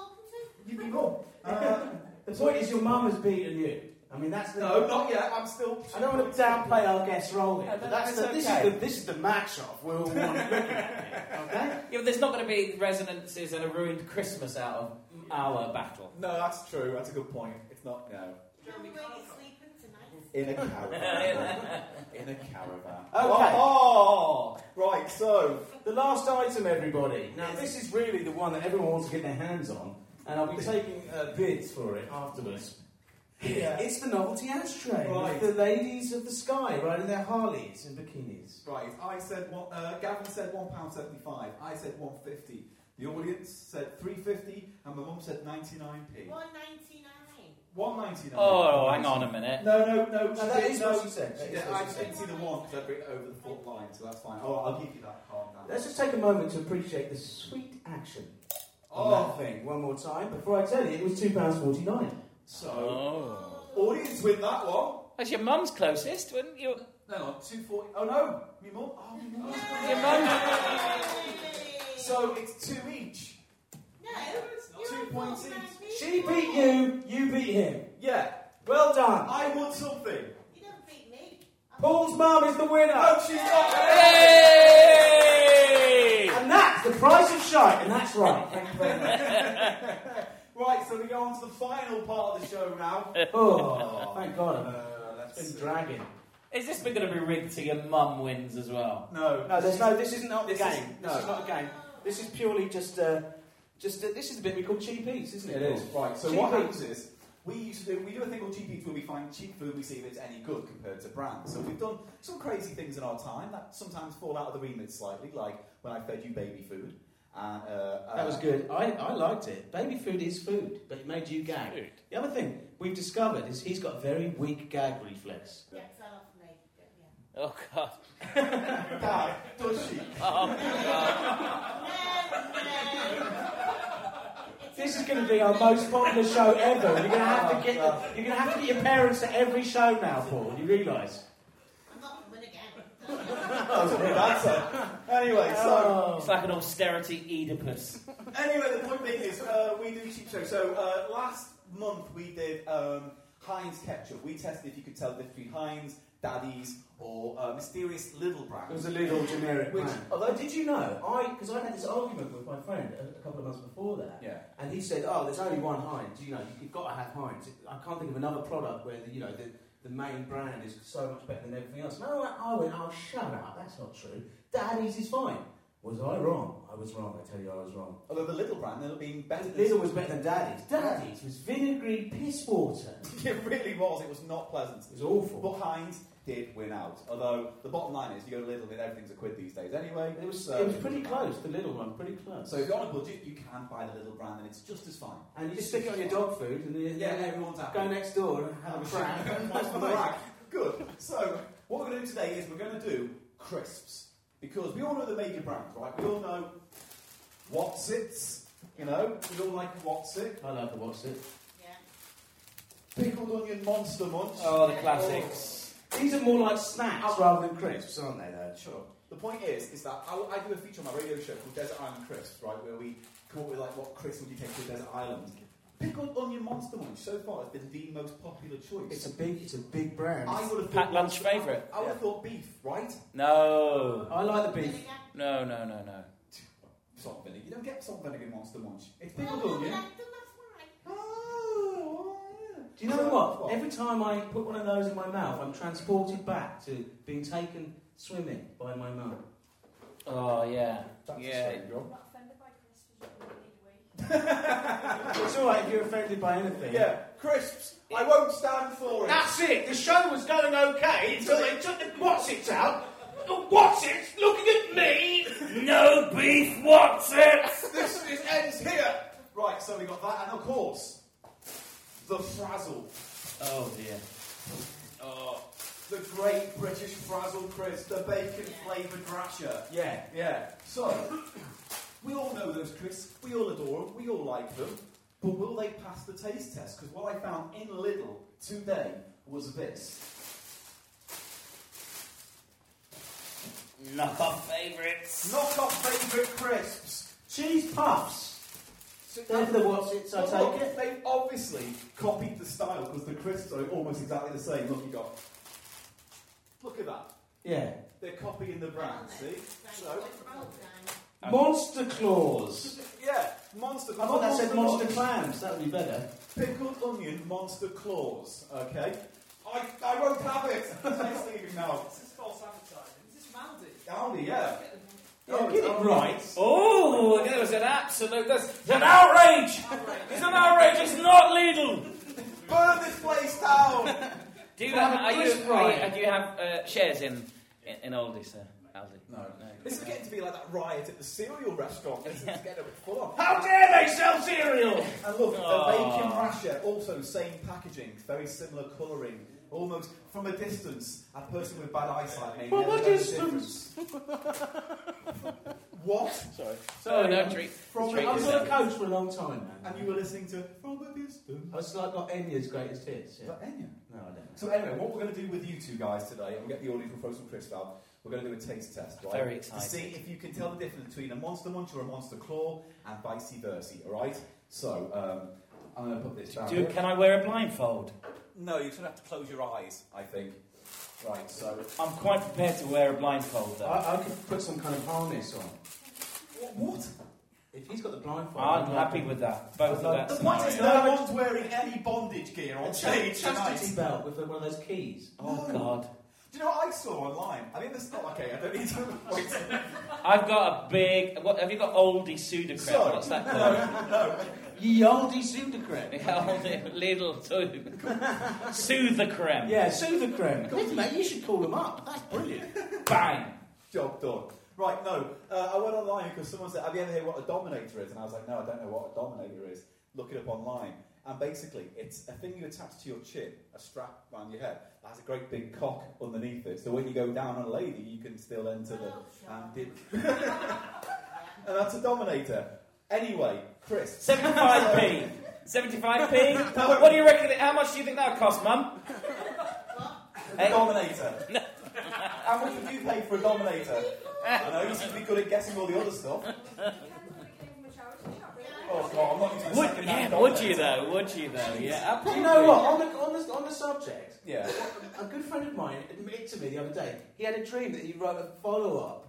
Speaker 8: to?
Speaker 2: you can go. Uh,
Speaker 3: the point is your mum has beaten you. I mean, that's the...
Speaker 2: no, not yet. I'm still.
Speaker 3: I don't want to downplay our guest role here,
Speaker 7: No,
Speaker 3: but
Speaker 7: no,
Speaker 3: that's the,
Speaker 7: that's
Speaker 3: this,
Speaker 7: okay.
Speaker 3: is the, this is the match-off we're all looking at. Okay?
Speaker 7: Yeah, but there's not going to be resonances and a ruined Christmas out of our battle.
Speaker 2: No, that's true. That's a good point. It's not. No.
Speaker 8: Jeremy Carver. sleeping tonight.
Speaker 2: In a caravan. In a caravan.
Speaker 3: Okay.
Speaker 2: Oh, right. So,
Speaker 3: The last item, everybody. Now, this is really the one that everyone wants to get their hands on, and I'll be taking uh, bids for it afterwards.
Speaker 2: Yeah.
Speaker 3: It's the novelty ashtray
Speaker 2: Right.
Speaker 3: with the ladies of the sky riding their Harleys and bikinis.
Speaker 2: Right, I said one. Uh, Gavin said one pound seventy-five. I said one fifty. The audience said three fifty, and my mum said ninety-nine p.
Speaker 8: 199.
Speaker 2: One ninety-nine.
Speaker 7: Oh, hang on a minute.
Speaker 2: No, no, no.
Speaker 3: No,
Speaker 2: she
Speaker 3: that
Speaker 2: did-
Speaker 3: is
Speaker 2: no.
Speaker 3: what she said. She is
Speaker 2: Yeah,
Speaker 3: what
Speaker 2: I
Speaker 3: she
Speaker 8: said.
Speaker 2: didn't see the one because I bring it over the fourth line, so that's fine. Oh, I'll give you that. Calm down.
Speaker 3: Let's just take a moment to appreciate the sweet action on
Speaker 2: oh,
Speaker 3: that thing one more time before I tell you it was £2.49.
Speaker 2: so
Speaker 7: Oh.
Speaker 2: audience with that one.
Speaker 7: That's your mum's closest, wouldn't you?
Speaker 2: No, no, two forty. Oh no, me mum. Oh, me mum.
Speaker 7: Your mum?
Speaker 2: So it's two each.
Speaker 8: No,
Speaker 2: Two
Speaker 8: you're on
Speaker 2: points each.
Speaker 8: 49p.
Speaker 3: She beat you, you beat him.
Speaker 2: Yeah,
Speaker 3: Well done.
Speaker 2: I want something.
Speaker 8: You don't beat me. I'm-
Speaker 3: Paul's mum is the winner.
Speaker 2: Oh, she's not.
Speaker 7: Hey!
Speaker 3: And that's the price of shite, and that's right. Thank you very much.
Speaker 2: right, so we go on to the final part of the show now.
Speaker 3: Oh, thank God.
Speaker 2: Uh, let's
Speaker 3: It's
Speaker 2: see.
Speaker 3: been dragging.
Speaker 7: Is this going to be rigged to your mum wins as well?
Speaker 2: No,
Speaker 3: No, there's no. This is not the
Speaker 2: This is-
Speaker 3: game.
Speaker 2: no.
Speaker 3: This is not a game. This is purely just. Uh, just uh, this is a bit we call cheap eats, isn't it?
Speaker 2: It is right. So
Speaker 3: Cheap
Speaker 2: what
Speaker 3: eats.
Speaker 2: happens is we used to do, we do a thing called cheap eats where we find cheap food we see if it's any good compared to brands. So we've done some crazy things in our time that sometimes fall out of the remit slightly, like when I fed you baby food. Uh, uh,
Speaker 3: That was
Speaker 2: uh,
Speaker 3: good. I, I liked it. Baby food is food, but it made you gag.
Speaker 7: Food.
Speaker 3: The other thing we've discovered is he's got a very weak gag reflex.
Speaker 8: Yeah, it's off me. but
Speaker 7: Oh
Speaker 8: Yeah.
Speaker 7: God.
Speaker 2: Dad, uh, does she?
Speaker 7: Oh,
Speaker 8: No, no. It's
Speaker 3: This is
Speaker 8: in
Speaker 3: going to
Speaker 8: my
Speaker 3: be our
Speaker 8: mind.
Speaker 3: most popular show ever. You're going to have to get the, you're going to have to get your parents to every show now, Paul. You realise?
Speaker 8: I'm not going to win again.
Speaker 2: That was a good Oh. answer. Anyway, so
Speaker 7: It's like an austerity Oedipus.
Speaker 2: anyway, the point being is uh, we do cheap show. So uh, last month we did um, Heinz ketchup. We tested if you could tell the difference between Heinz, Daddy's, or uh, mysterious little brands.
Speaker 3: It was a little generic
Speaker 2: Which-
Speaker 3: plan. Although, did you know? I because I had this argument with my friend a, a couple of months before that,
Speaker 2: uh, Yeah.
Speaker 3: and he said, "Oh, there's only one Heinz. You know, you've got to have Heinz. I can't think of another product where the, you know the, the main brand is so much better than everything else." And I, went- I went, "Oh, shut up. That's not true. Daddy's is fine." Was I wrong? I was wrong. I tell you, I was wrong.
Speaker 2: Although the little brand ended up being better. than-
Speaker 3: Lidl was better than Daddy's. Daddy's was vinegary piss water.
Speaker 2: It really was. It was not pleasant.
Speaker 3: It was awful.
Speaker 2: But Heinz did win out. Although the bottom line is, you go to Lidl and everything's a quid these days anyway.
Speaker 3: It was
Speaker 2: so-
Speaker 3: it was pretty close. The Lidl one, pretty close.
Speaker 2: um, So if you're on a budget, you can buy the Lidl brand and it's just as fine.
Speaker 3: and you just stick it on your dog food, and then
Speaker 2: Yeah, everyone's happy.
Speaker 3: Go next door and have a crack.
Speaker 2: Nice for the rack. Good. So what we're going to do today is we're going to do crisps because we all know the major brands, right? We all know Watsits. You know, we all like Watsit.
Speaker 3: I love the what's it.
Speaker 8: Yeah.
Speaker 2: Pickled onion monster munch.
Speaker 7: Oh, the classics.
Speaker 3: These are more like snacks rather than crisps, aren't they? Though.
Speaker 2: Sure. The point is, is that I, I do a feature on my radio show called Desert Island Crisps, right, where we come up with like what crisps would you take to a desert island. Pickled onion monster munch so far has been the most popular choice.
Speaker 3: It's a big, it's a big brand.
Speaker 2: I
Speaker 3: I,
Speaker 2: would have
Speaker 7: Pat
Speaker 2: thought
Speaker 7: Lunch
Speaker 2: monster-
Speaker 7: favourite.
Speaker 2: I would have thought beef, right?
Speaker 7: No.
Speaker 3: like the
Speaker 8: Win
Speaker 3: beef.
Speaker 8: again.
Speaker 7: No, no, no, no.
Speaker 2: Salt vinegar. You don't get salt vinegar in monster munch. It's
Speaker 8: No,
Speaker 2: pickled
Speaker 8: no,
Speaker 2: onion.
Speaker 8: that's- that's all right.
Speaker 2: Oh, yeah.
Speaker 3: Do you know what? Every time I put one of those in my mouth, I'm transported back to being taken swimming by my mum.
Speaker 7: Oh yeah.
Speaker 2: That's a
Speaker 7: Yeah.
Speaker 2: shame, Rob.
Speaker 10: not offended by Chris because you really need weight.
Speaker 3: It's all right if you're offended by anything.
Speaker 2: Yeah, crisps. I won't stand for it.
Speaker 3: That's it. The show was going okay until they took the Watsits out. The Watsits looking at me.
Speaker 7: No beef Watsits.
Speaker 2: This is, ends here. Right, so we got that, and of course, the frazzle.
Speaker 7: Oh dear.
Speaker 2: Oh, the great British frazzle crisp, the bacon flavoured rasher.
Speaker 3: Yeah.
Speaker 2: Yeah. So, we all know those crisps, we all adore them, we all like them, but will they pass the taste test? Because what I found in Lidl today was this.
Speaker 7: Knock off favourites.
Speaker 2: Knockoff favourite crisps.
Speaker 3: Cheese puffs. They're the Watsits. I
Speaker 2: But
Speaker 3: take
Speaker 2: look,
Speaker 3: it.
Speaker 2: they've obviously copied the style because the crisps are almost exactly the same. Look, you got. Look at that.
Speaker 3: Yeah.
Speaker 2: They're copying the brand, see?
Speaker 8: Right,
Speaker 2: So,
Speaker 8: well done.
Speaker 3: Um, Monster claws.
Speaker 2: yeah, monster.
Speaker 3: I thought that said monster
Speaker 2: Munch.
Speaker 3: clams. That would be better.
Speaker 2: Pickled onion monster claws. Okay. I, I won't have it. It's leaving now.
Speaker 9: This is false advertising. Is this Maldi?
Speaker 2: Aldi, yeah.
Speaker 3: Yeah,
Speaker 2: Oh,
Speaker 3: get
Speaker 2: it's
Speaker 3: it
Speaker 2: Aldi.
Speaker 3: right.
Speaker 7: Oh, that was an absolute. That's it's an outrage. It's an outrage. It's not Lidl.
Speaker 2: Burn this place down.
Speaker 7: Do you
Speaker 3: Well,
Speaker 7: have?
Speaker 3: I'm
Speaker 7: Are you,
Speaker 3: crisp
Speaker 7: are you,
Speaker 3: right.
Speaker 7: do you have uh, shares in, in in Aldi, sir? Aldi.
Speaker 2: no. This is getting to be like that riot at the cereal restaurant. This is getting a bit full on.
Speaker 3: How dare they sell cereal?
Speaker 2: And look,
Speaker 3: Oh.
Speaker 7: Aw.
Speaker 2: the bacon rasher, also same packaging, very similar colouring. Almost from a distance, a person with bad eyesight may
Speaker 3: From
Speaker 2: never
Speaker 3: a
Speaker 2: know the
Speaker 3: distance.
Speaker 2: difference. what?
Speaker 7: Sorry.
Speaker 3: Sorry,
Speaker 7: oh, no,
Speaker 3: I'm-
Speaker 7: treat.
Speaker 2: From
Speaker 7: Treat
Speaker 3: I was on a
Speaker 7: yourself.
Speaker 3: coach for a long time, man.
Speaker 2: And you were listening to From a Distance.
Speaker 3: I was like, not Enya's greatest hits.
Speaker 2: Is
Speaker 3: Yeah.
Speaker 2: that Enya?
Speaker 3: No, I don't.
Speaker 2: So anyway, what we're going to do with you two guys today, and we'll get the audience from Frozen Crisp out, we're going to do a taste test, right?
Speaker 7: Very
Speaker 2: To see
Speaker 7: exciting.
Speaker 2: if you can tell the difference between a monster munch or a monster claw, and vice versa, alright? So, um, I'm going to put this down.
Speaker 7: Do,
Speaker 2: here.
Speaker 7: can I wear a blindfold?
Speaker 2: No, you're going to have to close your eyes, I think. Right, so...
Speaker 7: I'm quite prepared to wear a blindfold, though.
Speaker 3: I, I could put some kind of harness on.
Speaker 2: Wh- What?
Speaker 3: If he's got the blindfold,
Speaker 4: I'm
Speaker 3: like
Speaker 4: happy
Speaker 3: him.
Speaker 4: with that. Both of that.
Speaker 2: The point is, no one's wearing any bondage gear
Speaker 3: A
Speaker 2: on
Speaker 3: cha-
Speaker 2: stage
Speaker 3: chastity
Speaker 2: tonight.
Speaker 3: belt with one of those keys.
Speaker 4: Oh
Speaker 2: No.
Speaker 4: God!
Speaker 2: Do you know what I saw online? I mean, this is not okay. I don't need to. Wait.
Speaker 7: I've got a big. What have you got? Oldie pseudocrep.
Speaker 2: So-
Speaker 7: What's that
Speaker 2: No,
Speaker 7: called?
Speaker 2: no, no.
Speaker 3: Oh, Ye olde pseudocreme.
Speaker 7: Yeah, oldie, little too. Soothocrem.
Speaker 3: Yeah, pseudocreme. Listen, mate, you should call them up. That's brilliant.
Speaker 7: Bang.
Speaker 2: Job done. Right, no. Uh, I went online because someone said, Have you ever heard what a dominator is? And I was like, No, I don't know what a dominator is. Look it up online. And basically, it's a thing you attach to your chin, a strap around your head, that has a great big cock underneath it. So when you go down on a lady, you can still enter the. And, dip. and that's a dominator. Anyway, Chris.
Speaker 7: 75p. 75p? What do you reckon? How much do you think that would cost, Mum? Eh.
Speaker 2: A dominator. How much would you pay for a dominator? I know, you seem to be good at guessing all the other stuff. Oh, God, I'm not using the
Speaker 7: Would,
Speaker 2: second hand
Speaker 7: yeah, would
Speaker 2: dominator.
Speaker 7: you though? Would you though? Yeah.
Speaker 3: you know what? On the, on, the, on the subject,
Speaker 2: Yeah.
Speaker 3: a good friend of mine admitted to me the other day he had a dream that he wrote a follow up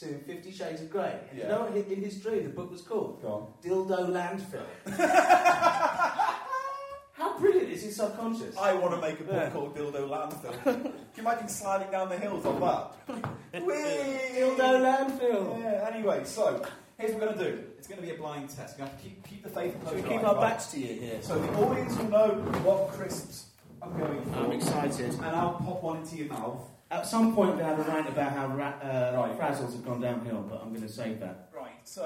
Speaker 3: to Fifty Shades of Grey. And You
Speaker 2: Yeah.
Speaker 3: know what? In in his dream, the book was called
Speaker 2: Go on.
Speaker 3: Dildo Landfill. How brilliant is his subconscious?
Speaker 2: I want to make a book
Speaker 3: Yeah.
Speaker 2: called Dildo Landfill. Can you imagine sliding down the hills on that? Whee!
Speaker 3: Dildo Landfill.
Speaker 2: Yeah, anyway, so here's what we're going to do. It's going to be a blind test. We're going to have to keep, keep the faith
Speaker 3: So we
Speaker 2: closed.
Speaker 3: keep
Speaker 2: eyes,
Speaker 3: our
Speaker 2: right?
Speaker 3: backs to you here.
Speaker 2: So the audience will know what crisps I'm going for.
Speaker 3: I'm excited.
Speaker 2: and I'll pop one into your mouth.
Speaker 3: At some point, we'll have a rant about how ra- uh,
Speaker 2: Right.
Speaker 3: frazzles have gone downhill, but I'm going to save that.
Speaker 2: Right, so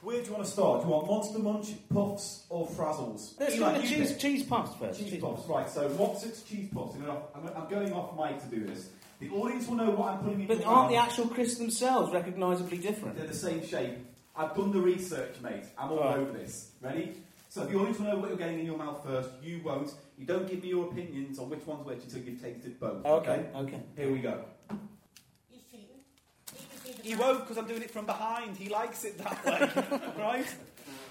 Speaker 2: where do you want to start? Do you want Monster Munch, Puffs, or Frazzles? Eli, you pick.
Speaker 3: cheese puffs first.
Speaker 2: Cheese puffs, right? So Mott's cheese puffs. I'm going off- I'm I'm going off mic to do this. The audience will know what I'm putting in.
Speaker 3: But
Speaker 2: your
Speaker 3: aren't the
Speaker 2: mouth.
Speaker 3: actual crisps themselves recognisably different?
Speaker 2: They're the same shape. I've done the research, mate. I'm all
Speaker 3: Right.
Speaker 2: over this. Ready? So the audience will know what you're getting in your mouth first. You won't. You don't give me your opinions on which one's which until you've tasted both.
Speaker 3: Okay.
Speaker 2: Here we go. You won't, because I'm doing it from behind. He likes it that way, right?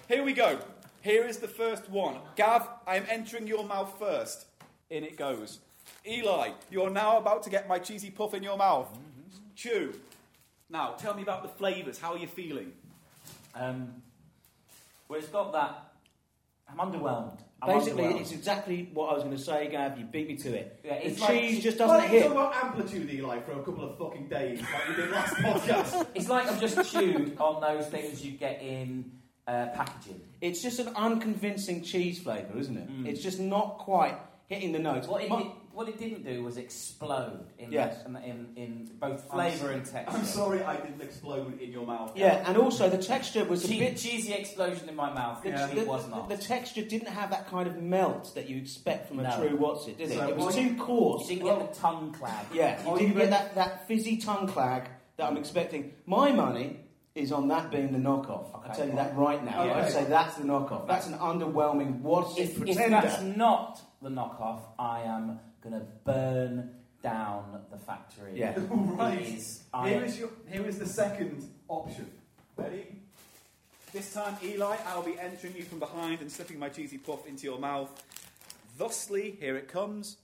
Speaker 2: Here we go. Here is the first one. Gav, I am entering your mouth first. In it goes. Eli, you are now about to get my cheesy puff in your mouth. Chew. Now, tell me about the flavours. How are you feeling?
Speaker 7: Um, well, it's got that. I'm underwhelmed. I'm
Speaker 3: Basically,
Speaker 7: underwhelmed.
Speaker 3: it's exactly what I was going to say, Gav. You beat me to it.
Speaker 7: Yeah,
Speaker 3: The
Speaker 7: it's
Speaker 3: cheese
Speaker 7: like-
Speaker 3: just
Speaker 2: Well,
Speaker 3: doesn't
Speaker 2: you talking
Speaker 3: hit.
Speaker 2: about amplitude, Eli, for a couple of fucking days, like we did last podcast.
Speaker 4: It's like I've just chewed on those things you get in uh, packaging.
Speaker 3: It's just an unconvincing cheese flavour, isn't it? It's just not quite hitting the notes.
Speaker 4: Mm. What it,
Speaker 3: My-
Speaker 4: did, what it didn't do was explode in,
Speaker 3: Yes.
Speaker 4: in, in, in both flavour and texture.
Speaker 2: I'm sorry I didn't explode in your mouth.
Speaker 3: yeah, and also the texture was a
Speaker 4: Che-
Speaker 3: bit.
Speaker 4: cheesy explosion in my mouth,
Speaker 3: The,
Speaker 4: which
Speaker 3: the-
Speaker 4: it was not.
Speaker 3: the texture didn't have that kind of melt that you expect from a
Speaker 4: No.
Speaker 3: true what's it, did it?
Speaker 2: So
Speaker 3: it was
Speaker 2: what-
Speaker 3: too
Speaker 4: you
Speaker 3: coarse.
Speaker 4: didn't
Speaker 2: well-
Speaker 4: get the tongue clag.
Speaker 3: Yeah, you
Speaker 2: Are
Speaker 3: didn't
Speaker 2: you
Speaker 3: get
Speaker 2: re-
Speaker 3: that, that fizzy tongue clag that I'm expecting. My money is on that being the knockoff. I
Speaker 4: Okay.
Speaker 3: tell you that right now.
Speaker 2: Okay.
Speaker 3: I say that's the knockoff. That's an underwhelming what's it
Speaker 4: If, if
Speaker 3: pretender.
Speaker 4: that's not the knockoff, I am going to burn down the factory.
Speaker 3: Yeah.
Speaker 2: Right.
Speaker 4: It is- I-
Speaker 2: Here is, your, here is the second option. Ready? This time, Eli, I'll be entering you from behind and slipping my cheesy puff into your mouth. Thusly, here it comes.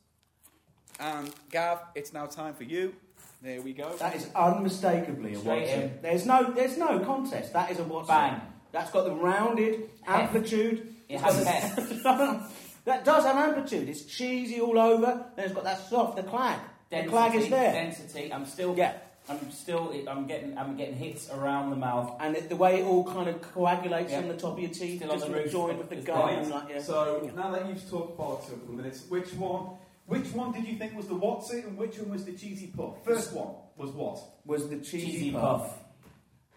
Speaker 2: And Gav, it's now time for you. There we go.
Speaker 3: That is unmistakably a
Speaker 4: Straight
Speaker 3: what's
Speaker 4: in.
Speaker 3: it. There's no, there's no contest. That is a what's
Speaker 4: Bang.
Speaker 3: it. That's got the rounded
Speaker 4: Heft.
Speaker 3: amplitude.
Speaker 4: It has heft.
Speaker 3: that does have amplitude. It's cheesy all over. Then it's got that soft. The clag.
Speaker 4: Density,
Speaker 3: the clag is there.
Speaker 4: Density. I'm still.
Speaker 3: Yeah.
Speaker 4: I'm still. I'm getting. I'm getting hits around the mouth.
Speaker 3: And it, the way it all kind of coagulates
Speaker 4: Yeah.
Speaker 3: on the top of your teeth,
Speaker 4: Still on
Speaker 3: just
Speaker 4: the roof.
Speaker 3: joined with the
Speaker 4: It's
Speaker 3: gum.
Speaker 4: nice.
Speaker 3: and like, yeah.
Speaker 2: So now that you've talked bollocks for a couple of minutes, which one? Which one did you think was the what's it and which one was the cheesy puff? First one was what?
Speaker 3: was the cheesy,
Speaker 4: Cheesy
Speaker 3: puff.
Speaker 4: puff.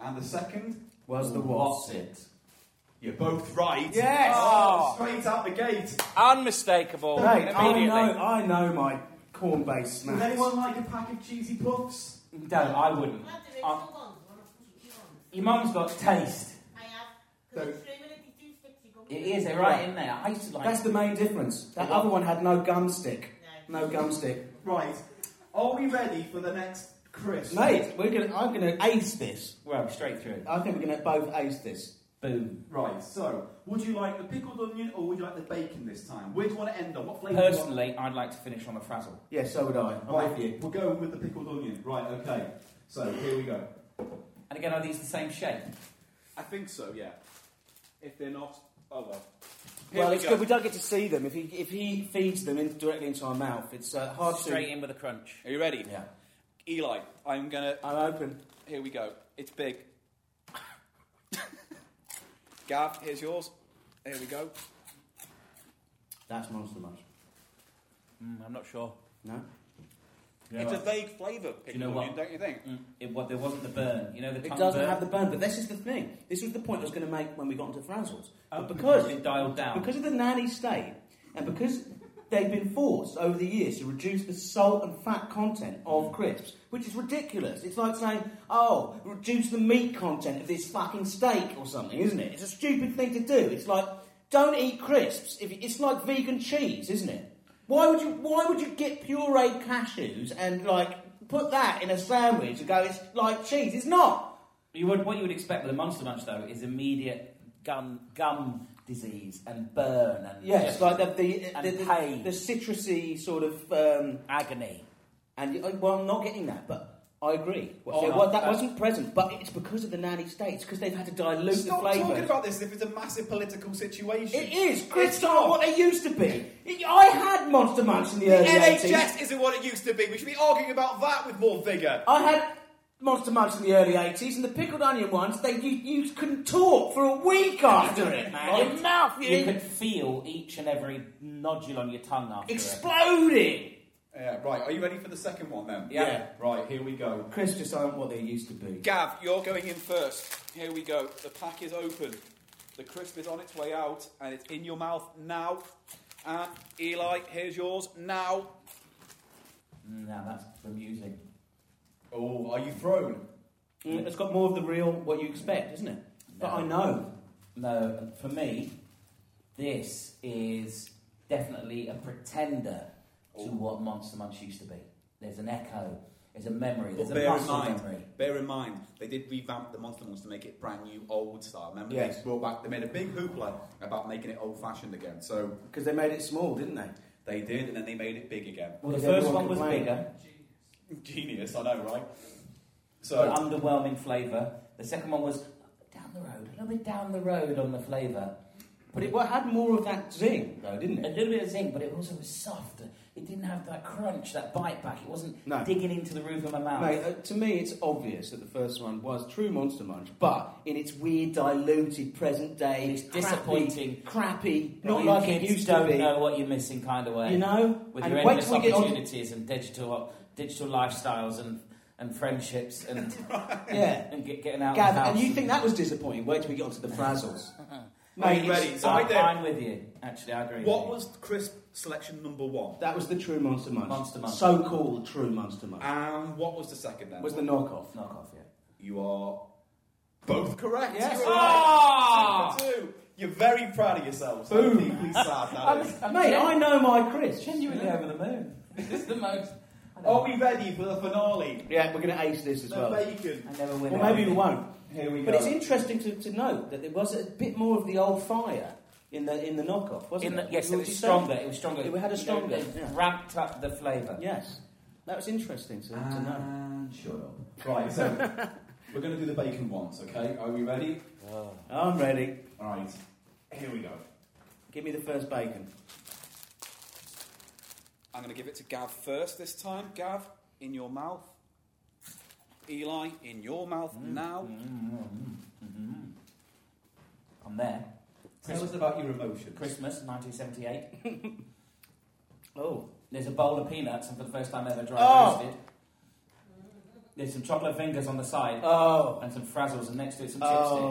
Speaker 2: And the second?
Speaker 3: Was the
Speaker 4: What's
Speaker 3: what's
Speaker 4: it?
Speaker 2: You're both right.
Speaker 3: Yes.
Speaker 2: Oh, straight out the gate.
Speaker 7: Unmistakable.
Speaker 3: Mate, I
Speaker 7: immediately.
Speaker 3: know, I know my corn-based
Speaker 2: Would
Speaker 3: snacks.
Speaker 2: anyone like a pack of cheesy puffs?
Speaker 4: No, I wouldn't. Your mum's got taste. It is. They're right in there. I used to like.
Speaker 3: That's the main difference. That other one had no gum stick. No gum stick.
Speaker 2: Right. Are we ready for the next crisp?
Speaker 3: Mate, we're gonna, I'm going to ace this.
Speaker 4: well, straight through.
Speaker 3: I think we're going to both ace this.
Speaker 4: Boom.
Speaker 2: Right. So, would you like the pickled onion or would you like the bacon this time? Where do you want to end on? What flavour? do you want?
Speaker 4: Personally, I'd like to finish on a frazzle.
Speaker 3: Yeah, so would I. I'm with
Speaker 2: Right.
Speaker 3: you.
Speaker 2: We'll go with the pickled onion. Right. Okay. So here we go.
Speaker 4: And again, are these the same shape?
Speaker 11: I think so, yeah. If they're not, oh well. Here
Speaker 3: Well,
Speaker 11: we
Speaker 3: it's
Speaker 11: go.
Speaker 3: good we don't get to see them. If he if he feeds them in, directly into our mouth, it's uh, hard
Speaker 7: Straight in with a crunch.
Speaker 11: Are you ready?
Speaker 3: to. Yeah,
Speaker 11: Eli, I'm gonna.
Speaker 3: I'm open.
Speaker 11: Here we go. It's big. Gav, here's yours. Here we go.
Speaker 3: That's monster much.
Speaker 7: Mm, I'm not sure.
Speaker 3: No,
Speaker 11: it's a vague flavour,
Speaker 7: you know
Speaker 11: Pickleball,
Speaker 7: what?
Speaker 11: don't you think?
Speaker 7: It, what, there wasn't the burn. You know the
Speaker 3: it
Speaker 7: tongue
Speaker 3: doesn't
Speaker 7: burn?
Speaker 3: have the burn. But this is the thing. This was the point I was going to make when we got into Frazzles.
Speaker 7: Oh.
Speaker 3: But because
Speaker 7: it dialed down.
Speaker 3: because of the nanny state, and because they've been forced over the years to reduce the salt and fat content of crisps, which is ridiculous. It's like saying, "Oh, reduce the meat content of this fucking steak" or something, isn't it? It's a stupid thing to do. It's like don't eat crisps. If it's like vegan cheese, isn't it? Why would you Why would you get pureed cashews and like put that in a sandwich and go? It's like cheese. It's not.
Speaker 7: You would, what you would expect with a monster munch though is immediate gum gum disease and burn and
Speaker 3: Yeah,
Speaker 7: just
Speaker 3: it's like the the,
Speaker 7: And
Speaker 3: the, the,
Speaker 7: pain.
Speaker 3: the citrusy sort of um,
Speaker 7: agony.
Speaker 3: And you- well, I'm not getting that, but I agree. Well,
Speaker 7: Oh,
Speaker 3: so
Speaker 7: no,
Speaker 3: what- that
Speaker 7: that's-
Speaker 3: wasn't present, but it's because of the nanny states because they've had to dilute
Speaker 2: Stop
Speaker 3: the flavour.
Speaker 2: talking about this as if it's a massive political situation.
Speaker 3: it is. Chris
Speaker 2: It's
Speaker 3: not
Speaker 2: not.
Speaker 3: what they used to be. It- I had Monster Munch in the,
Speaker 2: The
Speaker 3: early
Speaker 2: NHS
Speaker 3: 80s.
Speaker 2: isn't what it used to be. We should be arguing about that with more vigour.
Speaker 3: I had Monster Munch in the early 80s, and the pickled onion ones. They you, you couldn't talk for a week after it, man. Your mouth you
Speaker 7: You could feel each and every nodule on your tongue after it.
Speaker 3: exploding.
Speaker 2: Yeah, right. Are you ready for the second one then?
Speaker 3: Yeah. Yeah.
Speaker 2: Right, here we go.
Speaker 3: Chris just aren't what they used to be.
Speaker 11: Gav, you're going in first. Here we go. The pack is open. The crisp is on its way out, and it's in your mouth now. And Eli, here's yours now.
Speaker 7: Now that's bemusing.
Speaker 2: Oh, are you thrown?
Speaker 3: Mm, It's got more of the real what you expect, isn't it? But
Speaker 7: No.
Speaker 3: I know.
Speaker 7: No, for me, this is definitely a pretender to what Monster Munch used to be. There's an echo. There's a memory. There's
Speaker 2: But
Speaker 7: a
Speaker 2: bear in
Speaker 7: muscle
Speaker 2: mind,
Speaker 7: memory.
Speaker 2: bear in mind, they did revamp the Monster Munch to make it brand new, old style. Remember,
Speaker 3: Yes.
Speaker 2: they brought back, they made a big hoopla about making it old fashioned again. So
Speaker 3: Because they made it small, didn't they?
Speaker 2: they did, and then they made it big again.
Speaker 7: Well, the
Speaker 3: Because
Speaker 7: first
Speaker 3: everyone
Speaker 7: one was
Speaker 3: complained.
Speaker 7: bigger.
Speaker 2: Genius, I know, right?
Speaker 7: So
Speaker 2: So
Speaker 7: underwhelming flavour. The second one was down the road, a little bit down the road on the flavour.
Speaker 3: But it had more of that zing, though, didn't
Speaker 7: A
Speaker 3: it?
Speaker 7: little bit of zinc, but it also was soft. It didn't have that crunch, that bite back. It wasn't
Speaker 3: No.
Speaker 7: digging into the roof of my mouth.
Speaker 3: Mate, uh, to me, it's obvious that the first one was true Monster Munch, but in its weird, diluted, present day,
Speaker 7: It's
Speaker 3: crappy-
Speaker 7: disappointing.
Speaker 3: crappy,
Speaker 7: Well,
Speaker 3: not
Speaker 7: you
Speaker 3: like it
Speaker 7: kids
Speaker 3: used to
Speaker 7: don't
Speaker 3: be.
Speaker 7: know what you're missing, kind of way.
Speaker 3: You know,
Speaker 7: with
Speaker 3: And
Speaker 7: your
Speaker 3: wait
Speaker 7: endless
Speaker 3: till we get on-
Speaker 7: opportunities and digital digital lifestyles and and friendships and
Speaker 3: yeah,
Speaker 7: and get, getting out. of the
Speaker 3: Gav,
Speaker 7: house
Speaker 3: and you think that was disappointing? Wait till we get onto the Frazzles.
Speaker 2: Are you
Speaker 3: Mate,
Speaker 2: ready?
Speaker 3: it's-
Speaker 2: So I
Speaker 7: I'm
Speaker 2: did.
Speaker 7: fine with you. Actually, I agree.
Speaker 2: What
Speaker 7: with
Speaker 2: was crisp selection number one?
Speaker 3: that was the true Monster Munch,
Speaker 7: Monster Munch.
Speaker 3: so-called true Monster Munch.
Speaker 2: And what was the second then?
Speaker 3: was the knockoff?
Speaker 7: you. knock off? Yeah.
Speaker 2: You are both correct.
Speaker 3: Yes.
Speaker 2: You're
Speaker 7: Ah!
Speaker 3: Ah!
Speaker 2: right. Two for two. You're very proud of yourselves. Boom. I'm deeply sad that is.
Speaker 3: Mate, I know my Chris.
Speaker 7: genuinely over the moon. This is the most.
Speaker 2: Are we ready for the finale?
Speaker 3: Yeah, we're going to ace this as
Speaker 2: The
Speaker 3: well.
Speaker 2: bacon.
Speaker 7: I never win.
Speaker 3: Well, maybe we won't.
Speaker 2: Here we
Speaker 3: But
Speaker 2: go.
Speaker 3: it's interesting to, to note that there was a bit more of the old fire in the in the knockoff, wasn't
Speaker 7: In the,
Speaker 3: it?
Speaker 7: yes, it
Speaker 3: Would
Speaker 7: was
Speaker 3: you say?
Speaker 7: stronger. It was stronger.
Speaker 3: It had a
Speaker 7: You know,
Speaker 3: stronger,
Speaker 7: It
Speaker 3: yeah.
Speaker 7: ramped up the flavour.
Speaker 3: Yes, that was interesting to,
Speaker 7: Ah.
Speaker 3: to know.
Speaker 2: And shut up. Right, so we're going to do the bacon once, okay? Are we ready?
Speaker 3: I'm ready.
Speaker 2: All right. Here we go.
Speaker 3: Give me the first bacon.
Speaker 11: I'm going to give it to Gav first this time. Gav, in your mouth. Eli, in your mouth
Speaker 2: Mm.
Speaker 11: now.
Speaker 7: I'm there.
Speaker 2: Tell us about your emotions.
Speaker 7: Christmas 1978.
Speaker 3: Oh,
Speaker 7: There's a bowl of peanuts, and for the first time ever, dry
Speaker 3: Oh.
Speaker 7: roasted. There's some chocolate fingers on the side,
Speaker 3: oh,
Speaker 7: and some frazzles, and next to it, some chipsticks.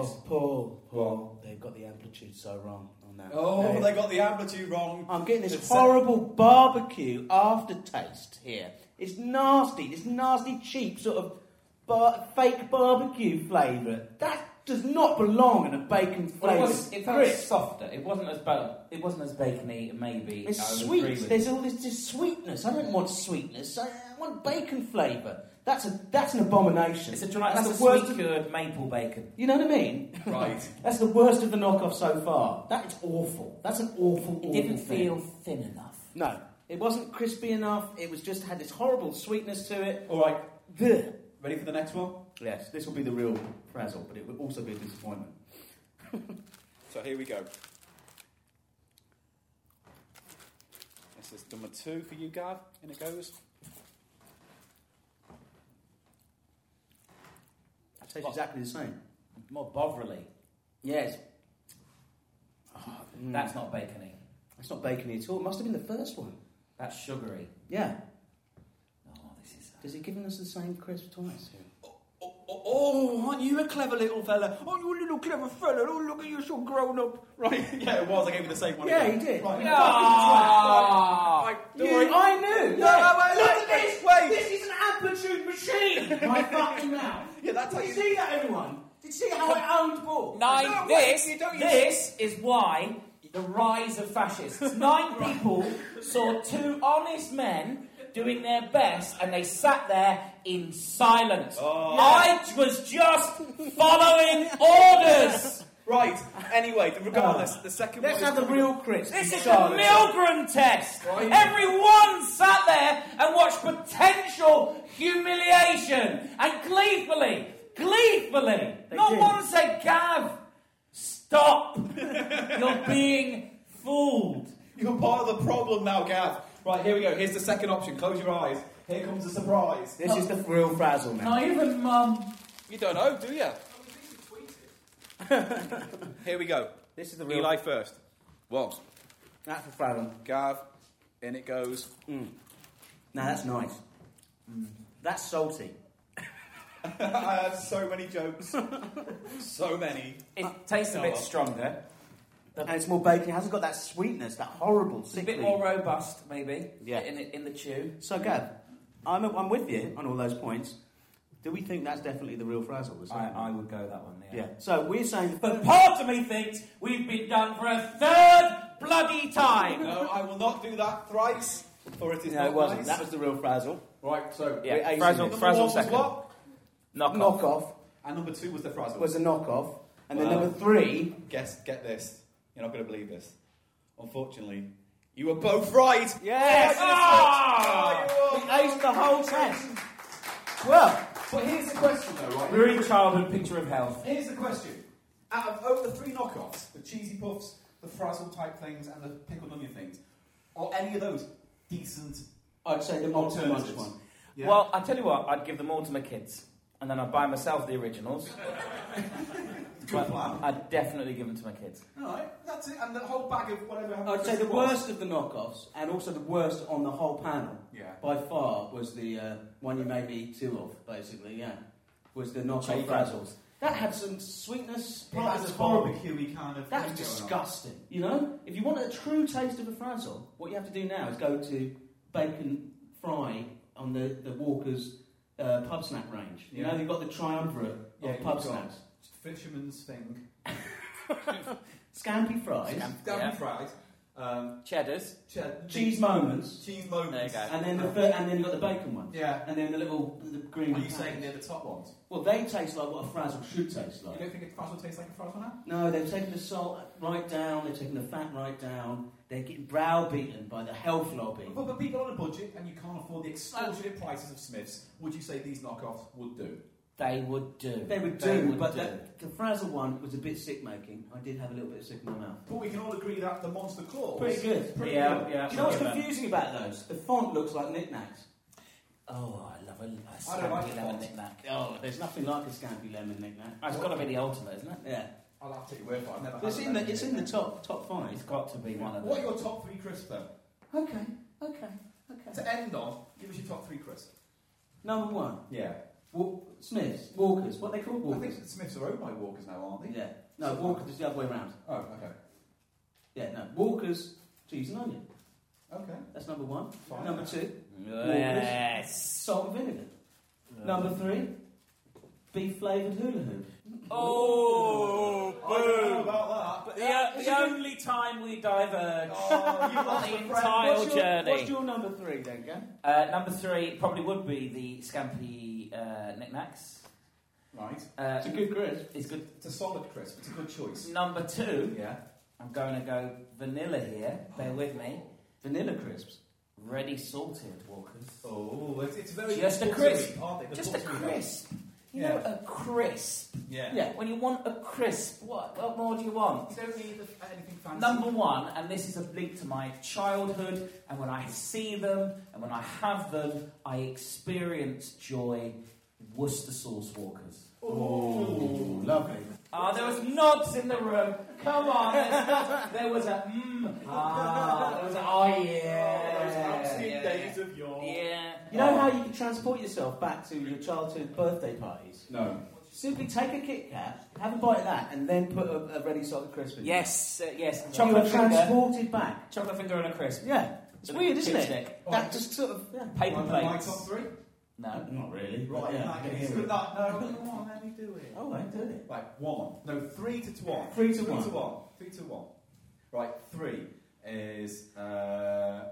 Speaker 3: oh, Paul, Paul. They've got the amplitude so wrong on that.
Speaker 2: Oh,
Speaker 3: They-
Speaker 2: they got the amplitude wrong.
Speaker 3: I'm getting
Speaker 2: It's
Speaker 3: this
Speaker 2: a-
Speaker 3: horrible barbecue aftertaste here. It's nasty. This nasty, cheap sort of bar- fake barbecue flavour. That does not belong in a bacon
Speaker 7: Well, it,
Speaker 3: flavour.
Speaker 7: was, it felt softer. It wasn't as bo- It wasn't as bacony. Maybe I
Speaker 3: It's
Speaker 7: would
Speaker 3: sweet.
Speaker 7: agree with
Speaker 3: There's all this, this sweetness. I don't want sweetness. I, I want bacon flavour. That's a that's an abomination.
Speaker 7: It's a dry. That's,
Speaker 3: That's
Speaker 7: a
Speaker 3: the worst
Speaker 7: sweet cured maple bacon.
Speaker 3: You know what I mean?
Speaker 2: Right.
Speaker 3: That's the worst of the knockoff so far. That is awful. That's an awful.
Speaker 7: It didn't
Speaker 3: awful thing.
Speaker 7: feel thin enough.
Speaker 3: No, it wasn't crispy enough. It was just had this horrible sweetness to it.
Speaker 2: All right.
Speaker 3: Ugh.
Speaker 2: Ready for the next one?
Speaker 3: Yes, this will be the real frazzle, but it will also be a disappointment.
Speaker 2: So here we go. This is number two for you, Gav. In it goes.
Speaker 3: It tastes exactly the same.
Speaker 7: More Bovrily.
Speaker 3: Yes. Ah, Mm.
Speaker 7: That's not bacony.
Speaker 3: That's not bacony at all. It must have been the first one.
Speaker 7: That's sugary.
Speaker 3: Yeah.
Speaker 7: Oh, this is.
Speaker 3: Does it giving us the same crisp twice?
Speaker 2: Oh, oh, oh, aren't you a clever little fella? Aren't Oh, you a little clever fella? Oh, look at you, so grown up. Right, yeah, it was. I gave you the same one.
Speaker 3: Yeah,
Speaker 2: again.
Speaker 3: he did.
Speaker 2: Right.
Speaker 12: Ah.
Speaker 2: Right,
Speaker 3: You-
Speaker 2: don't worry.
Speaker 3: I knew.
Speaker 2: No,
Speaker 3: yeah.
Speaker 2: wait, wait,
Speaker 3: Look
Speaker 2: wait,
Speaker 3: at this.
Speaker 2: wait.
Speaker 3: This is an amplitude machine. My fucking mouth.
Speaker 2: Yeah, that's how
Speaker 3: Did
Speaker 2: you
Speaker 3: you see that, everyone? Did you see how I owned ball?
Speaker 7: Nine.
Speaker 2: No, wait,
Speaker 7: this.
Speaker 2: you don't use-
Speaker 7: this is why the rise of fascists. Nine people saw two honest men doing their best, and they sat there in silence.
Speaker 2: Oh.
Speaker 7: I was just following orders.
Speaker 2: Right, anyway, regardless, the second
Speaker 3: Let's
Speaker 2: one.
Speaker 3: have the real crisp.
Speaker 7: This is the
Speaker 3: Charlotte.
Speaker 7: Milgram test. Everyone sat there and watched potential humiliation and gleefully, gleefully.
Speaker 3: They
Speaker 7: not
Speaker 3: did.
Speaker 7: one said, "Gav, stop! You're being fooled."
Speaker 2: You're part of the problem now, Gav. Right, here we go. Here's the second option. Close your eyes. Here comes the surprise.
Speaker 3: This is the real frazzle now.
Speaker 7: Not even mum.
Speaker 2: You don't know, do you? here we go.
Speaker 3: This is the real.
Speaker 2: Eli first. One.
Speaker 3: That's the frazzle.
Speaker 2: Gav. In it goes.
Speaker 3: Now that's nice. Mm. That's salty.
Speaker 2: I have so many jokes. so many.
Speaker 7: It tastes
Speaker 3: Oh,
Speaker 7: a
Speaker 2: no.
Speaker 7: bit stronger,
Speaker 3: And it's more bacon. It hasn't got that sweetness, that horrible,
Speaker 7: a
Speaker 3: sickly.
Speaker 7: bit more robust, maybe.
Speaker 3: Yeah.
Speaker 7: In the, in the chew.
Speaker 3: So, Gav, I'm, I'm with you on all those points. Do we think that's definitely the real frazzle? the second one?
Speaker 7: would go that one.
Speaker 3: Yeah. So we're saying.
Speaker 7: But part of me thinks we've been done for a third bloody time.
Speaker 2: No, I will not do that thrice, for it is
Speaker 3: no,
Speaker 2: not
Speaker 3: it wasn't.
Speaker 2: nice.
Speaker 3: That was the real frazzle.
Speaker 2: Right, so
Speaker 3: Yeah,
Speaker 2: we're acing
Speaker 3: frazzle-
Speaker 2: this.
Speaker 3: frazzle
Speaker 2: Number one was
Speaker 3: second.
Speaker 2: what?
Speaker 7: Knock,
Speaker 3: Knock
Speaker 7: off.
Speaker 3: off
Speaker 2: And number two was the frazzle.
Speaker 3: was a knock off. And then
Speaker 2: Wow.
Speaker 3: number three.
Speaker 2: Guess, get this. You're not going to believe this. Unfortunately, you were both right.
Speaker 3: Yes!
Speaker 2: Ah!
Speaker 3: We aced the whole test. Well,
Speaker 2: But here's the question, though, right?
Speaker 7: Ruined childhood picture of health.
Speaker 2: Here's the question. Out of over the three knockoffs, the cheesy puffs, the frazzle type things, and the pickled onion things, are any of those decent?
Speaker 3: I'd say the
Speaker 2: Alternatives.
Speaker 3: multi one.
Speaker 2: Yeah.
Speaker 7: Well, I tell you what, I'd give them all to my kids, and then I'd buy myself the originals.
Speaker 2: Good
Speaker 7: but
Speaker 2: plan.
Speaker 7: I'd definitely give them to my kids.
Speaker 2: All right, that's it. And the whole bag of whatever.
Speaker 3: I'd say the
Speaker 2: was.
Speaker 3: worst of the knockoffs, and also the worst on the whole panel,
Speaker 2: Yeah.
Speaker 3: by far, was the uh, one you made me two of, basically, yeah. Was the knockoff
Speaker 7: Favourite.
Speaker 3: frazzles. That had some sweetness.
Speaker 2: It has a
Speaker 3: was horrible.
Speaker 2: barbecue kind of. thing
Speaker 3: That's
Speaker 2: going on.
Speaker 3: disgusting. You know, if you want a true taste of a frazzle, what you have to do now is go to bacon fry on the, the Walker's uh, pub snack range. You
Speaker 2: Yeah.
Speaker 3: know, they've got the triumvirate
Speaker 2: Yeah,
Speaker 3: of pub
Speaker 2: you've got-
Speaker 3: snacks.
Speaker 2: Fisherman's thing.
Speaker 3: Scampi fries,
Speaker 2: Damn fried. Um,
Speaker 7: Cheddars.
Speaker 2: che-
Speaker 3: cheese moments,
Speaker 2: Cheese moments.
Speaker 7: There you go.
Speaker 3: and then the fir- and then you've got the bacon one.
Speaker 2: Yeah.
Speaker 3: And then the little the green
Speaker 2: Are you
Speaker 3: pack.
Speaker 2: saying they're the top ones?
Speaker 3: Well, they taste like what a frazzle should taste
Speaker 2: You
Speaker 3: like.
Speaker 2: don't think a frazzle tastes like a frazzle now?
Speaker 3: No, they've taken the salt right down, they've taken the fat right down, they're getting browbeaten by the health lobby.
Speaker 2: But for people on a budget and you can't afford the extortionate
Speaker 7: Uh,
Speaker 2: prices of Smiths, would you say these knockoffs would do?
Speaker 7: They would do.
Speaker 3: They would do,
Speaker 7: would
Speaker 3: but
Speaker 7: do.
Speaker 3: The, the Frazzle one was a bit sick making. I did have a little bit of sick in my mouth.
Speaker 2: But we can all agree that the monster claw.
Speaker 3: Pretty good.
Speaker 2: Pretty
Speaker 7: Yeah,
Speaker 2: good.
Speaker 7: yeah.
Speaker 3: Do you know what's
Speaker 7: yeah.
Speaker 3: confusing about those? The font looks like knickknacks.
Speaker 7: Oh, I love a, a
Speaker 2: I don't like
Speaker 7: spanky lemon
Speaker 2: frogs.
Speaker 7: knick-knack.
Speaker 3: Oh, there's nothing like a scampy lemon knickknack.
Speaker 7: That's got to be the ultimate, isn't it?
Speaker 3: Yeah,
Speaker 2: I'll have to take your word for it. I've never had
Speaker 3: it's
Speaker 2: it.
Speaker 3: in the it's in the top top
Speaker 7: It's
Speaker 3: five.
Speaker 7: got to be one of
Speaker 2: What are
Speaker 7: them.
Speaker 2: your top three crisps then?
Speaker 3: Okay, okay, okay.
Speaker 2: To end on, give us your top three crisps.
Speaker 3: Number one,
Speaker 2: Yeah.
Speaker 3: Wa- Smiths, Walkers. What are they called
Speaker 2: I
Speaker 3: Walkers?
Speaker 2: think Smiths are owned by Walkers now, aren't they?
Speaker 3: Yeah. No, Walkers is the other way around.
Speaker 2: Oh, okay.
Speaker 3: Yeah, no, Walkers cheese and onion.
Speaker 2: Okay.
Speaker 3: That's number one.
Speaker 2: Fine.
Speaker 3: Number two,
Speaker 7: Yes.
Speaker 3: salt and vinegar. Number three, beef flavoured hula hoop.
Speaker 7: Oh,
Speaker 2: I don't know about that.
Speaker 7: But the, the only time we diverge
Speaker 2: Oh, you
Speaker 7: on
Speaker 2: lost
Speaker 7: the
Speaker 2: a friend.
Speaker 7: entire
Speaker 3: what's your,
Speaker 7: journey.
Speaker 3: What's your number three then, Gav?
Speaker 7: Uh, number three probably would be the Scampi uh, knickknacks.
Speaker 2: Right.
Speaker 7: Uh,
Speaker 3: It's a good crisp.
Speaker 7: it's good.
Speaker 2: It's a solid crisp. It's a good choice.
Speaker 7: Number two,
Speaker 2: Yeah.
Speaker 7: I'm going to go vanilla here. Bear with me.
Speaker 3: Vanilla crisps.
Speaker 7: Ready salted Walkers.
Speaker 2: Oh, it's, it's very
Speaker 7: Just a
Speaker 2: buttery,
Speaker 7: crisp.
Speaker 2: aren't they? The
Speaker 7: Just a
Speaker 2: buttery ones.
Speaker 7: crisp. You
Speaker 2: Yeah.
Speaker 7: know, a crisp.
Speaker 2: Yeah.
Speaker 7: Yeah, when you want a crisp, what, what more do you want?
Speaker 2: You don't need the- anything fancy.
Speaker 7: Number one, and this is a link to my childhood, and when I see them and when I have them, I experience joy. Worcester sauce walkers.
Speaker 2: Oh, lovely.
Speaker 7: Ah, there was nods in the room. Come on, there's nods. there was a mmm. Ah, there was a oh yeah.
Speaker 1: Those absolute
Speaker 7: yeah.
Speaker 1: days of yore.
Speaker 7: Yeah.
Speaker 3: You know how you can transport yourself back to your childhood birthday parties?
Speaker 2: No.
Speaker 3: Simply take a Kit Kat, have a bite of that, and then put a, a ready salt crisp in.
Speaker 7: Yes, uh, yes.
Speaker 3: it. you
Speaker 7: Chocolate
Speaker 3: are
Speaker 7: finger,
Speaker 3: transported back.
Speaker 7: chocolate finger and a crisp.
Speaker 3: Yeah, it's weird, isn't it?
Speaker 7: Chipstick.
Speaker 3: That just sort of yeah.
Speaker 7: Paper
Speaker 2: One of my
Speaker 7: plates.
Speaker 2: top three?
Speaker 7: No.
Speaker 3: Not really.
Speaker 2: Right,
Speaker 3: yeah, I
Speaker 2: that
Speaker 3: can
Speaker 2: is.
Speaker 3: hear it.
Speaker 2: That, no, come on, let me do it.
Speaker 3: Oh, I did it.
Speaker 2: Right, one. No, three to one.
Speaker 3: Three to
Speaker 2: three
Speaker 3: one.
Speaker 2: to one. Three to one. Right, three is uh,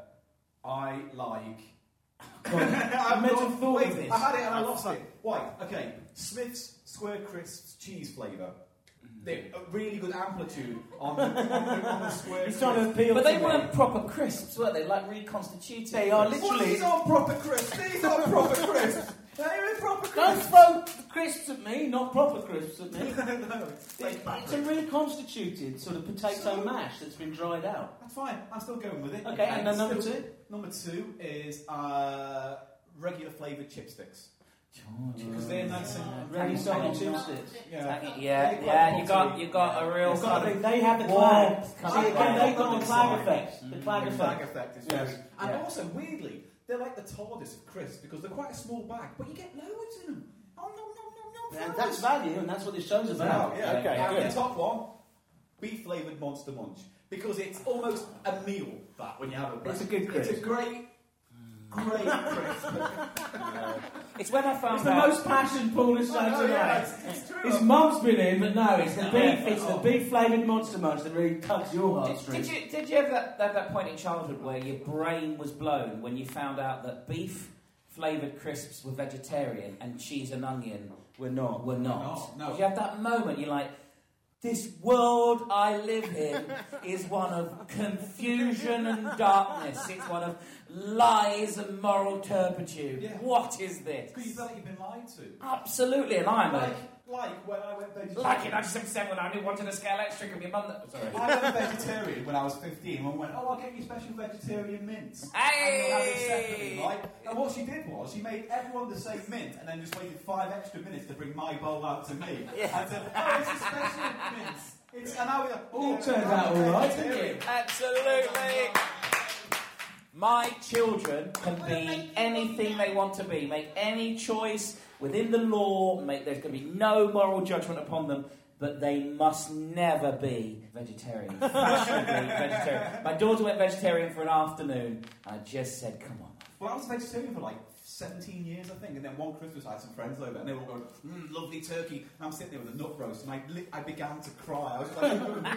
Speaker 2: I like. I've
Speaker 3: meant to
Speaker 2: gone-
Speaker 3: have thought
Speaker 2: wait,
Speaker 3: of this.
Speaker 2: I had it and I lost it. Why? Okay, Smith's Square Crisps cheese flavour.
Speaker 3: Mm-hmm.
Speaker 2: They're a really good amplitude on the, on the, on the square.
Speaker 3: He's trying to
Speaker 2: crisp.
Speaker 3: appeal
Speaker 7: But
Speaker 3: to
Speaker 7: they
Speaker 3: me.
Speaker 7: weren't proper crisps, were they? Like reconstituted. They
Speaker 3: are
Speaker 2: Well,
Speaker 3: uh, literally-
Speaker 2: these are proper crisps. These are proper crisps. They're proper
Speaker 3: Don't
Speaker 2: crisps.
Speaker 3: throw crisps at me, not proper crisps at me.
Speaker 2: no,
Speaker 3: It-
Speaker 2: it's like
Speaker 3: it's a reconstituted sort of potato
Speaker 2: So-
Speaker 3: mash that's been dried out.
Speaker 2: That's fine. I'm still going with it.
Speaker 3: Okay, and then number
Speaker 2: Still-
Speaker 3: two?
Speaker 2: Number two is uh, regular flavoured chipsticks. Because they're nice and
Speaker 3: Ready
Speaker 7: Hang
Speaker 3: salt
Speaker 7: on,
Speaker 3: and
Speaker 7: hang on.
Speaker 3: chipsticks.
Speaker 2: yeah.
Speaker 7: Uh, Yeah, yeah. You got, you got a real
Speaker 3: You've got
Speaker 7: kind
Speaker 3: to think,
Speaker 7: of
Speaker 3: they have the clag.
Speaker 7: warmth
Speaker 3: See,
Speaker 7: coming
Speaker 3: again,
Speaker 7: from
Speaker 3: they've
Speaker 7: it.
Speaker 3: got the clag effect. The
Speaker 2: The
Speaker 3: clag
Speaker 2: flag
Speaker 3: effect.
Speaker 2: effect is
Speaker 3: Yes.
Speaker 2: very. And
Speaker 7: Yeah.
Speaker 2: also, weirdly, they're like the TARDIS of crisps because they're quite a small bag, but you get loads in them. Oh no no no no!
Speaker 3: And
Speaker 2: flowers.
Speaker 3: that's value, and that's what this show's
Speaker 2: Wow,
Speaker 3: about.
Speaker 2: yeah. and
Speaker 3: Okay,
Speaker 2: the top one, beef flavoured Monster Munch because it's almost a meal that when you have a
Speaker 3: It's a
Speaker 2: break.
Speaker 3: good crisp.
Speaker 2: It's a great, great crisp.
Speaker 7: It's when I
Speaker 3: good.
Speaker 7: found
Speaker 3: It's the
Speaker 7: out.
Speaker 3: most passion Paul has shown
Speaker 2: Oh, yeah,
Speaker 3: tonight.
Speaker 2: it's, it's true.
Speaker 3: His mum's been in, but no, it's the
Speaker 7: No.
Speaker 3: beef. It's the beef-flavored monster munch that really tugs your
Speaker 7: Did, did
Speaker 3: heartstrings.
Speaker 7: you did you ever have that, that point in childhood where your brain was blown when you found out that beef flavored crisps were vegetarian and cheese and onion were not? Were not.
Speaker 2: No, no.
Speaker 7: Did you have that moment? You're like, this world I live in is one of confusion and darkness. It's one of lies and moral turpitude.
Speaker 2: Yeah.
Speaker 7: What is this?
Speaker 2: Because you felt like you've been lied to.
Speaker 7: Absolutely, and I'm
Speaker 2: Like,
Speaker 7: like,
Speaker 2: like when I went vegetarian.
Speaker 7: like in 97 when I only wanted a scale electric and my mum. That, sorry.
Speaker 2: I went vegetarian when I was 15 and went, oh, I'll get you special vegetarian mints. And you'll have them separately,
Speaker 7: Hey!
Speaker 2: right? And what she did was, she made everyone the same mint and then just waited five extra minutes to bring my bowl out to me.
Speaker 7: Yeah.
Speaker 2: And said, oh, it's a special mint. It's, and now we're
Speaker 3: All turned out all right, didn't it?
Speaker 7: Absolutely. My children can be anything they want to be, make any choice within the law, make there's going to be no moral judgment upon them, but they must never be vegetarian. Fashionably vegetarian. My daughter went vegetarian for an afternoon. I just said, "Come on."
Speaker 2: Well, I was vegetarian for like 17 years, I think, and then one Christmas I had some friends over and they were all going, mm, lovely turkey. And I'm sitting there with a nut roast and I, li- I began to cry. I was like, and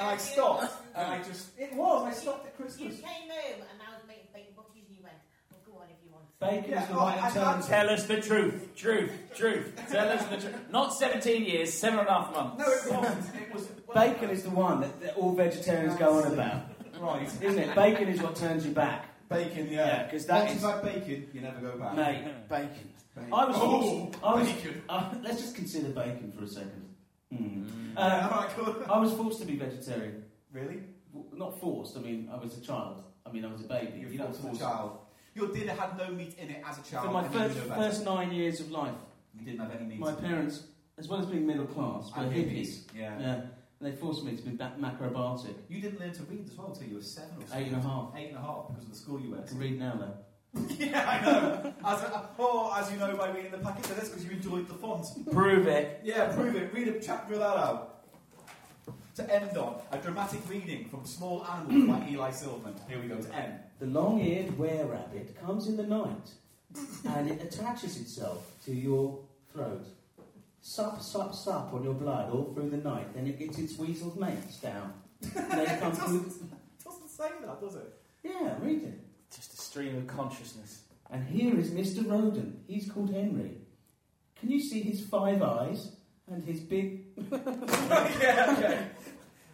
Speaker 2: I stopped. And I just, it was, I stopped at
Speaker 8: Ah! You
Speaker 2: Christmas.
Speaker 8: came home and I was making bacon butties and you went, well, go on if you want.
Speaker 3: Bacon's
Speaker 2: Yeah,
Speaker 3: the
Speaker 2: oh,
Speaker 3: right
Speaker 2: I- I-
Speaker 3: term.
Speaker 7: Tell us the truth, truth, truth. Tell us the truth. Not 17 years, seven and a half months.
Speaker 2: No, it wasn't. It was.
Speaker 3: Bacon is the one that, that all vegetarians go on about,
Speaker 2: Right.
Speaker 3: isn't it? Bacon is what turns you back,
Speaker 2: Bacon,
Speaker 3: Yeah,
Speaker 2: yeah.
Speaker 3: 'cause that
Speaker 2: Once
Speaker 3: is-
Speaker 2: you've had bacon, you never go back.
Speaker 3: mate. Bacon.
Speaker 2: Bacon.
Speaker 3: I was.
Speaker 2: Oh,
Speaker 3: I was
Speaker 2: bacon.
Speaker 3: uh, let's just consider bacon for a second. Hmm.
Speaker 2: Yeah,
Speaker 3: Uh,
Speaker 2: all right, cool.
Speaker 3: I was forced to be vegetarian.
Speaker 2: Really?
Speaker 3: W- Not forced. I mean, I was a child. I mean, I was a baby.
Speaker 2: You're
Speaker 3: You know,
Speaker 2: forced as a
Speaker 3: forced.
Speaker 2: child. Your dinner had no meat in it as a child.
Speaker 3: For my
Speaker 2: and you
Speaker 3: first
Speaker 2: knew better.
Speaker 3: first nine years of life,
Speaker 2: you didn't have any meat.
Speaker 3: my parents, as well as being middle class, were
Speaker 2: And
Speaker 3: hippies.
Speaker 2: Yeah.
Speaker 3: Yeah, and they forced me to be ba- macrobiotic.
Speaker 2: You didn't learn to read as well until you were seven or something.
Speaker 3: Eight and a half.
Speaker 2: Eight and a half because of the school you
Speaker 3: I
Speaker 2: went
Speaker 3: can read now though.
Speaker 2: to. yeah, I know. As a, oh, as you know by reading the packet of this because you enjoyed the font.
Speaker 7: Prove it.
Speaker 2: Yeah, prove it. Read a chapter of that out. To end on, a dramatic reading from Small Animals by Eli Silverman. Here we go to end.
Speaker 3: The long-eared were-rabbit comes in the night, and it attaches itself to your throat. Sup, sup, sup on your blood all through the night. Then it gets its weasel mates down. And they come through.
Speaker 2: doesn't say that, does it?
Speaker 3: Yeah, read it.
Speaker 7: Just a stream of consciousness.
Speaker 3: And here is Mr. Roden. He's called Henry. Can you see his five eyes and his big.
Speaker 2: yeah, okay.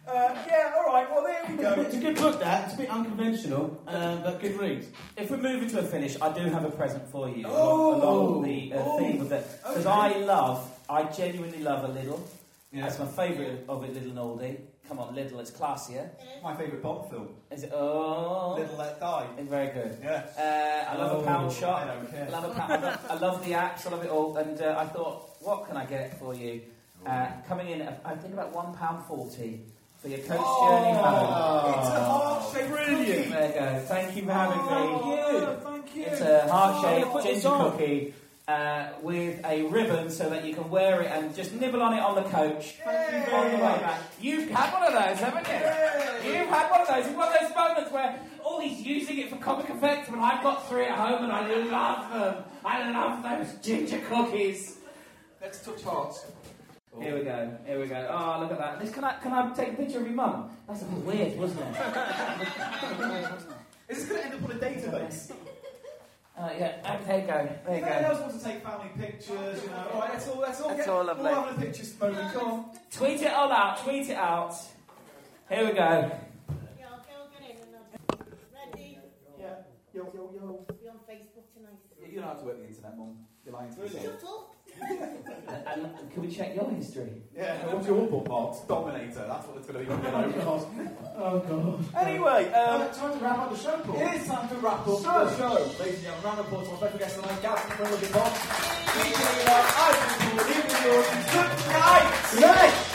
Speaker 2: Uh, yeah, all right. Well, there we go.
Speaker 3: It's a good book, that. It's a bit unconventional, uh, but good read.
Speaker 7: If we move into a finish, I do have a present for you
Speaker 2: Oh.
Speaker 7: along, along the uh,
Speaker 2: Oh.
Speaker 7: theme of it. Because
Speaker 2: Okay.
Speaker 7: I love, I genuinely love a little.
Speaker 2: Yeah.
Speaker 7: That's my favourite of it, Little and Oldie. Come on, Little, it's classier.
Speaker 2: My favourite Bond film,
Speaker 7: Is it? Oh,
Speaker 2: Little Let Die.
Speaker 7: it's very good.
Speaker 2: Yeah.
Speaker 7: Uh, I love
Speaker 2: Oh,
Speaker 7: a pound
Speaker 2: I
Speaker 7: shot.
Speaker 2: don't
Speaker 7: I
Speaker 2: care.
Speaker 7: love a pound. I love, I love the axe. I love it all. And uh, I thought, what can I get for you? Uh,
Speaker 2: Oh.
Speaker 7: coming in, at, I think about one pound forty for your coach journey home.
Speaker 2: Oh. It's a heart-shaped
Speaker 3: Brilliant.
Speaker 2: cookie.
Speaker 7: There you go. Thank you for having me.
Speaker 2: Oh, Thank you.
Speaker 7: It's a heart-shaped
Speaker 11: Oh, put this
Speaker 7: ginger
Speaker 11: on.
Speaker 7: cookie uh, with a ribbon so that you can wear it and just nibble on it on the coach.
Speaker 2: Thank you
Speaker 7: On
Speaker 2: very
Speaker 7: the way
Speaker 2: much.
Speaker 7: back. You've had one of those, haven't you? You've had one of those. It's one of those moments where, oh, he's using it for comic effect, but I've got three at home and I love them. I love those ginger cookies.
Speaker 11: Let's touch hearts.
Speaker 7: Here we go. Here we go. Oh, look at that. This, can I can I take a picture of your mum? That's a bit weird, wasn't it?
Speaker 2: Is this going to end up on a database?
Speaker 7: Uh, yeah. Okay, go. There you
Speaker 2: Anyone
Speaker 7: go.
Speaker 2: else wants to take family pictures? You know, all right, let's all let's all
Speaker 7: That's
Speaker 2: get
Speaker 7: all lovely.
Speaker 2: We'll have a picture moment. Come on.
Speaker 7: Tweet it all out. Tweet it out. Here we go.
Speaker 8: Yeah, I'll go and get in and I'll ready.
Speaker 2: Yeah. Yo yo yo.
Speaker 8: Be on Facebook tonight.
Speaker 2: You don't have to work the internet, mum. You're lying to
Speaker 8: Shut
Speaker 2: yourself.
Speaker 8: up.
Speaker 7: And can we check your history?
Speaker 2: Yeah. What's your bookmarks? Dominator. That's what it's going to be. oh god.
Speaker 11: Anyway, um,
Speaker 2: time to wrap up the show, Paul. It is time to wrap up the show. Ladies and gentlemen, round of applause for our special guest tonight, Gavin from Looking Box. I've been Paul, you've been Good night! Good night!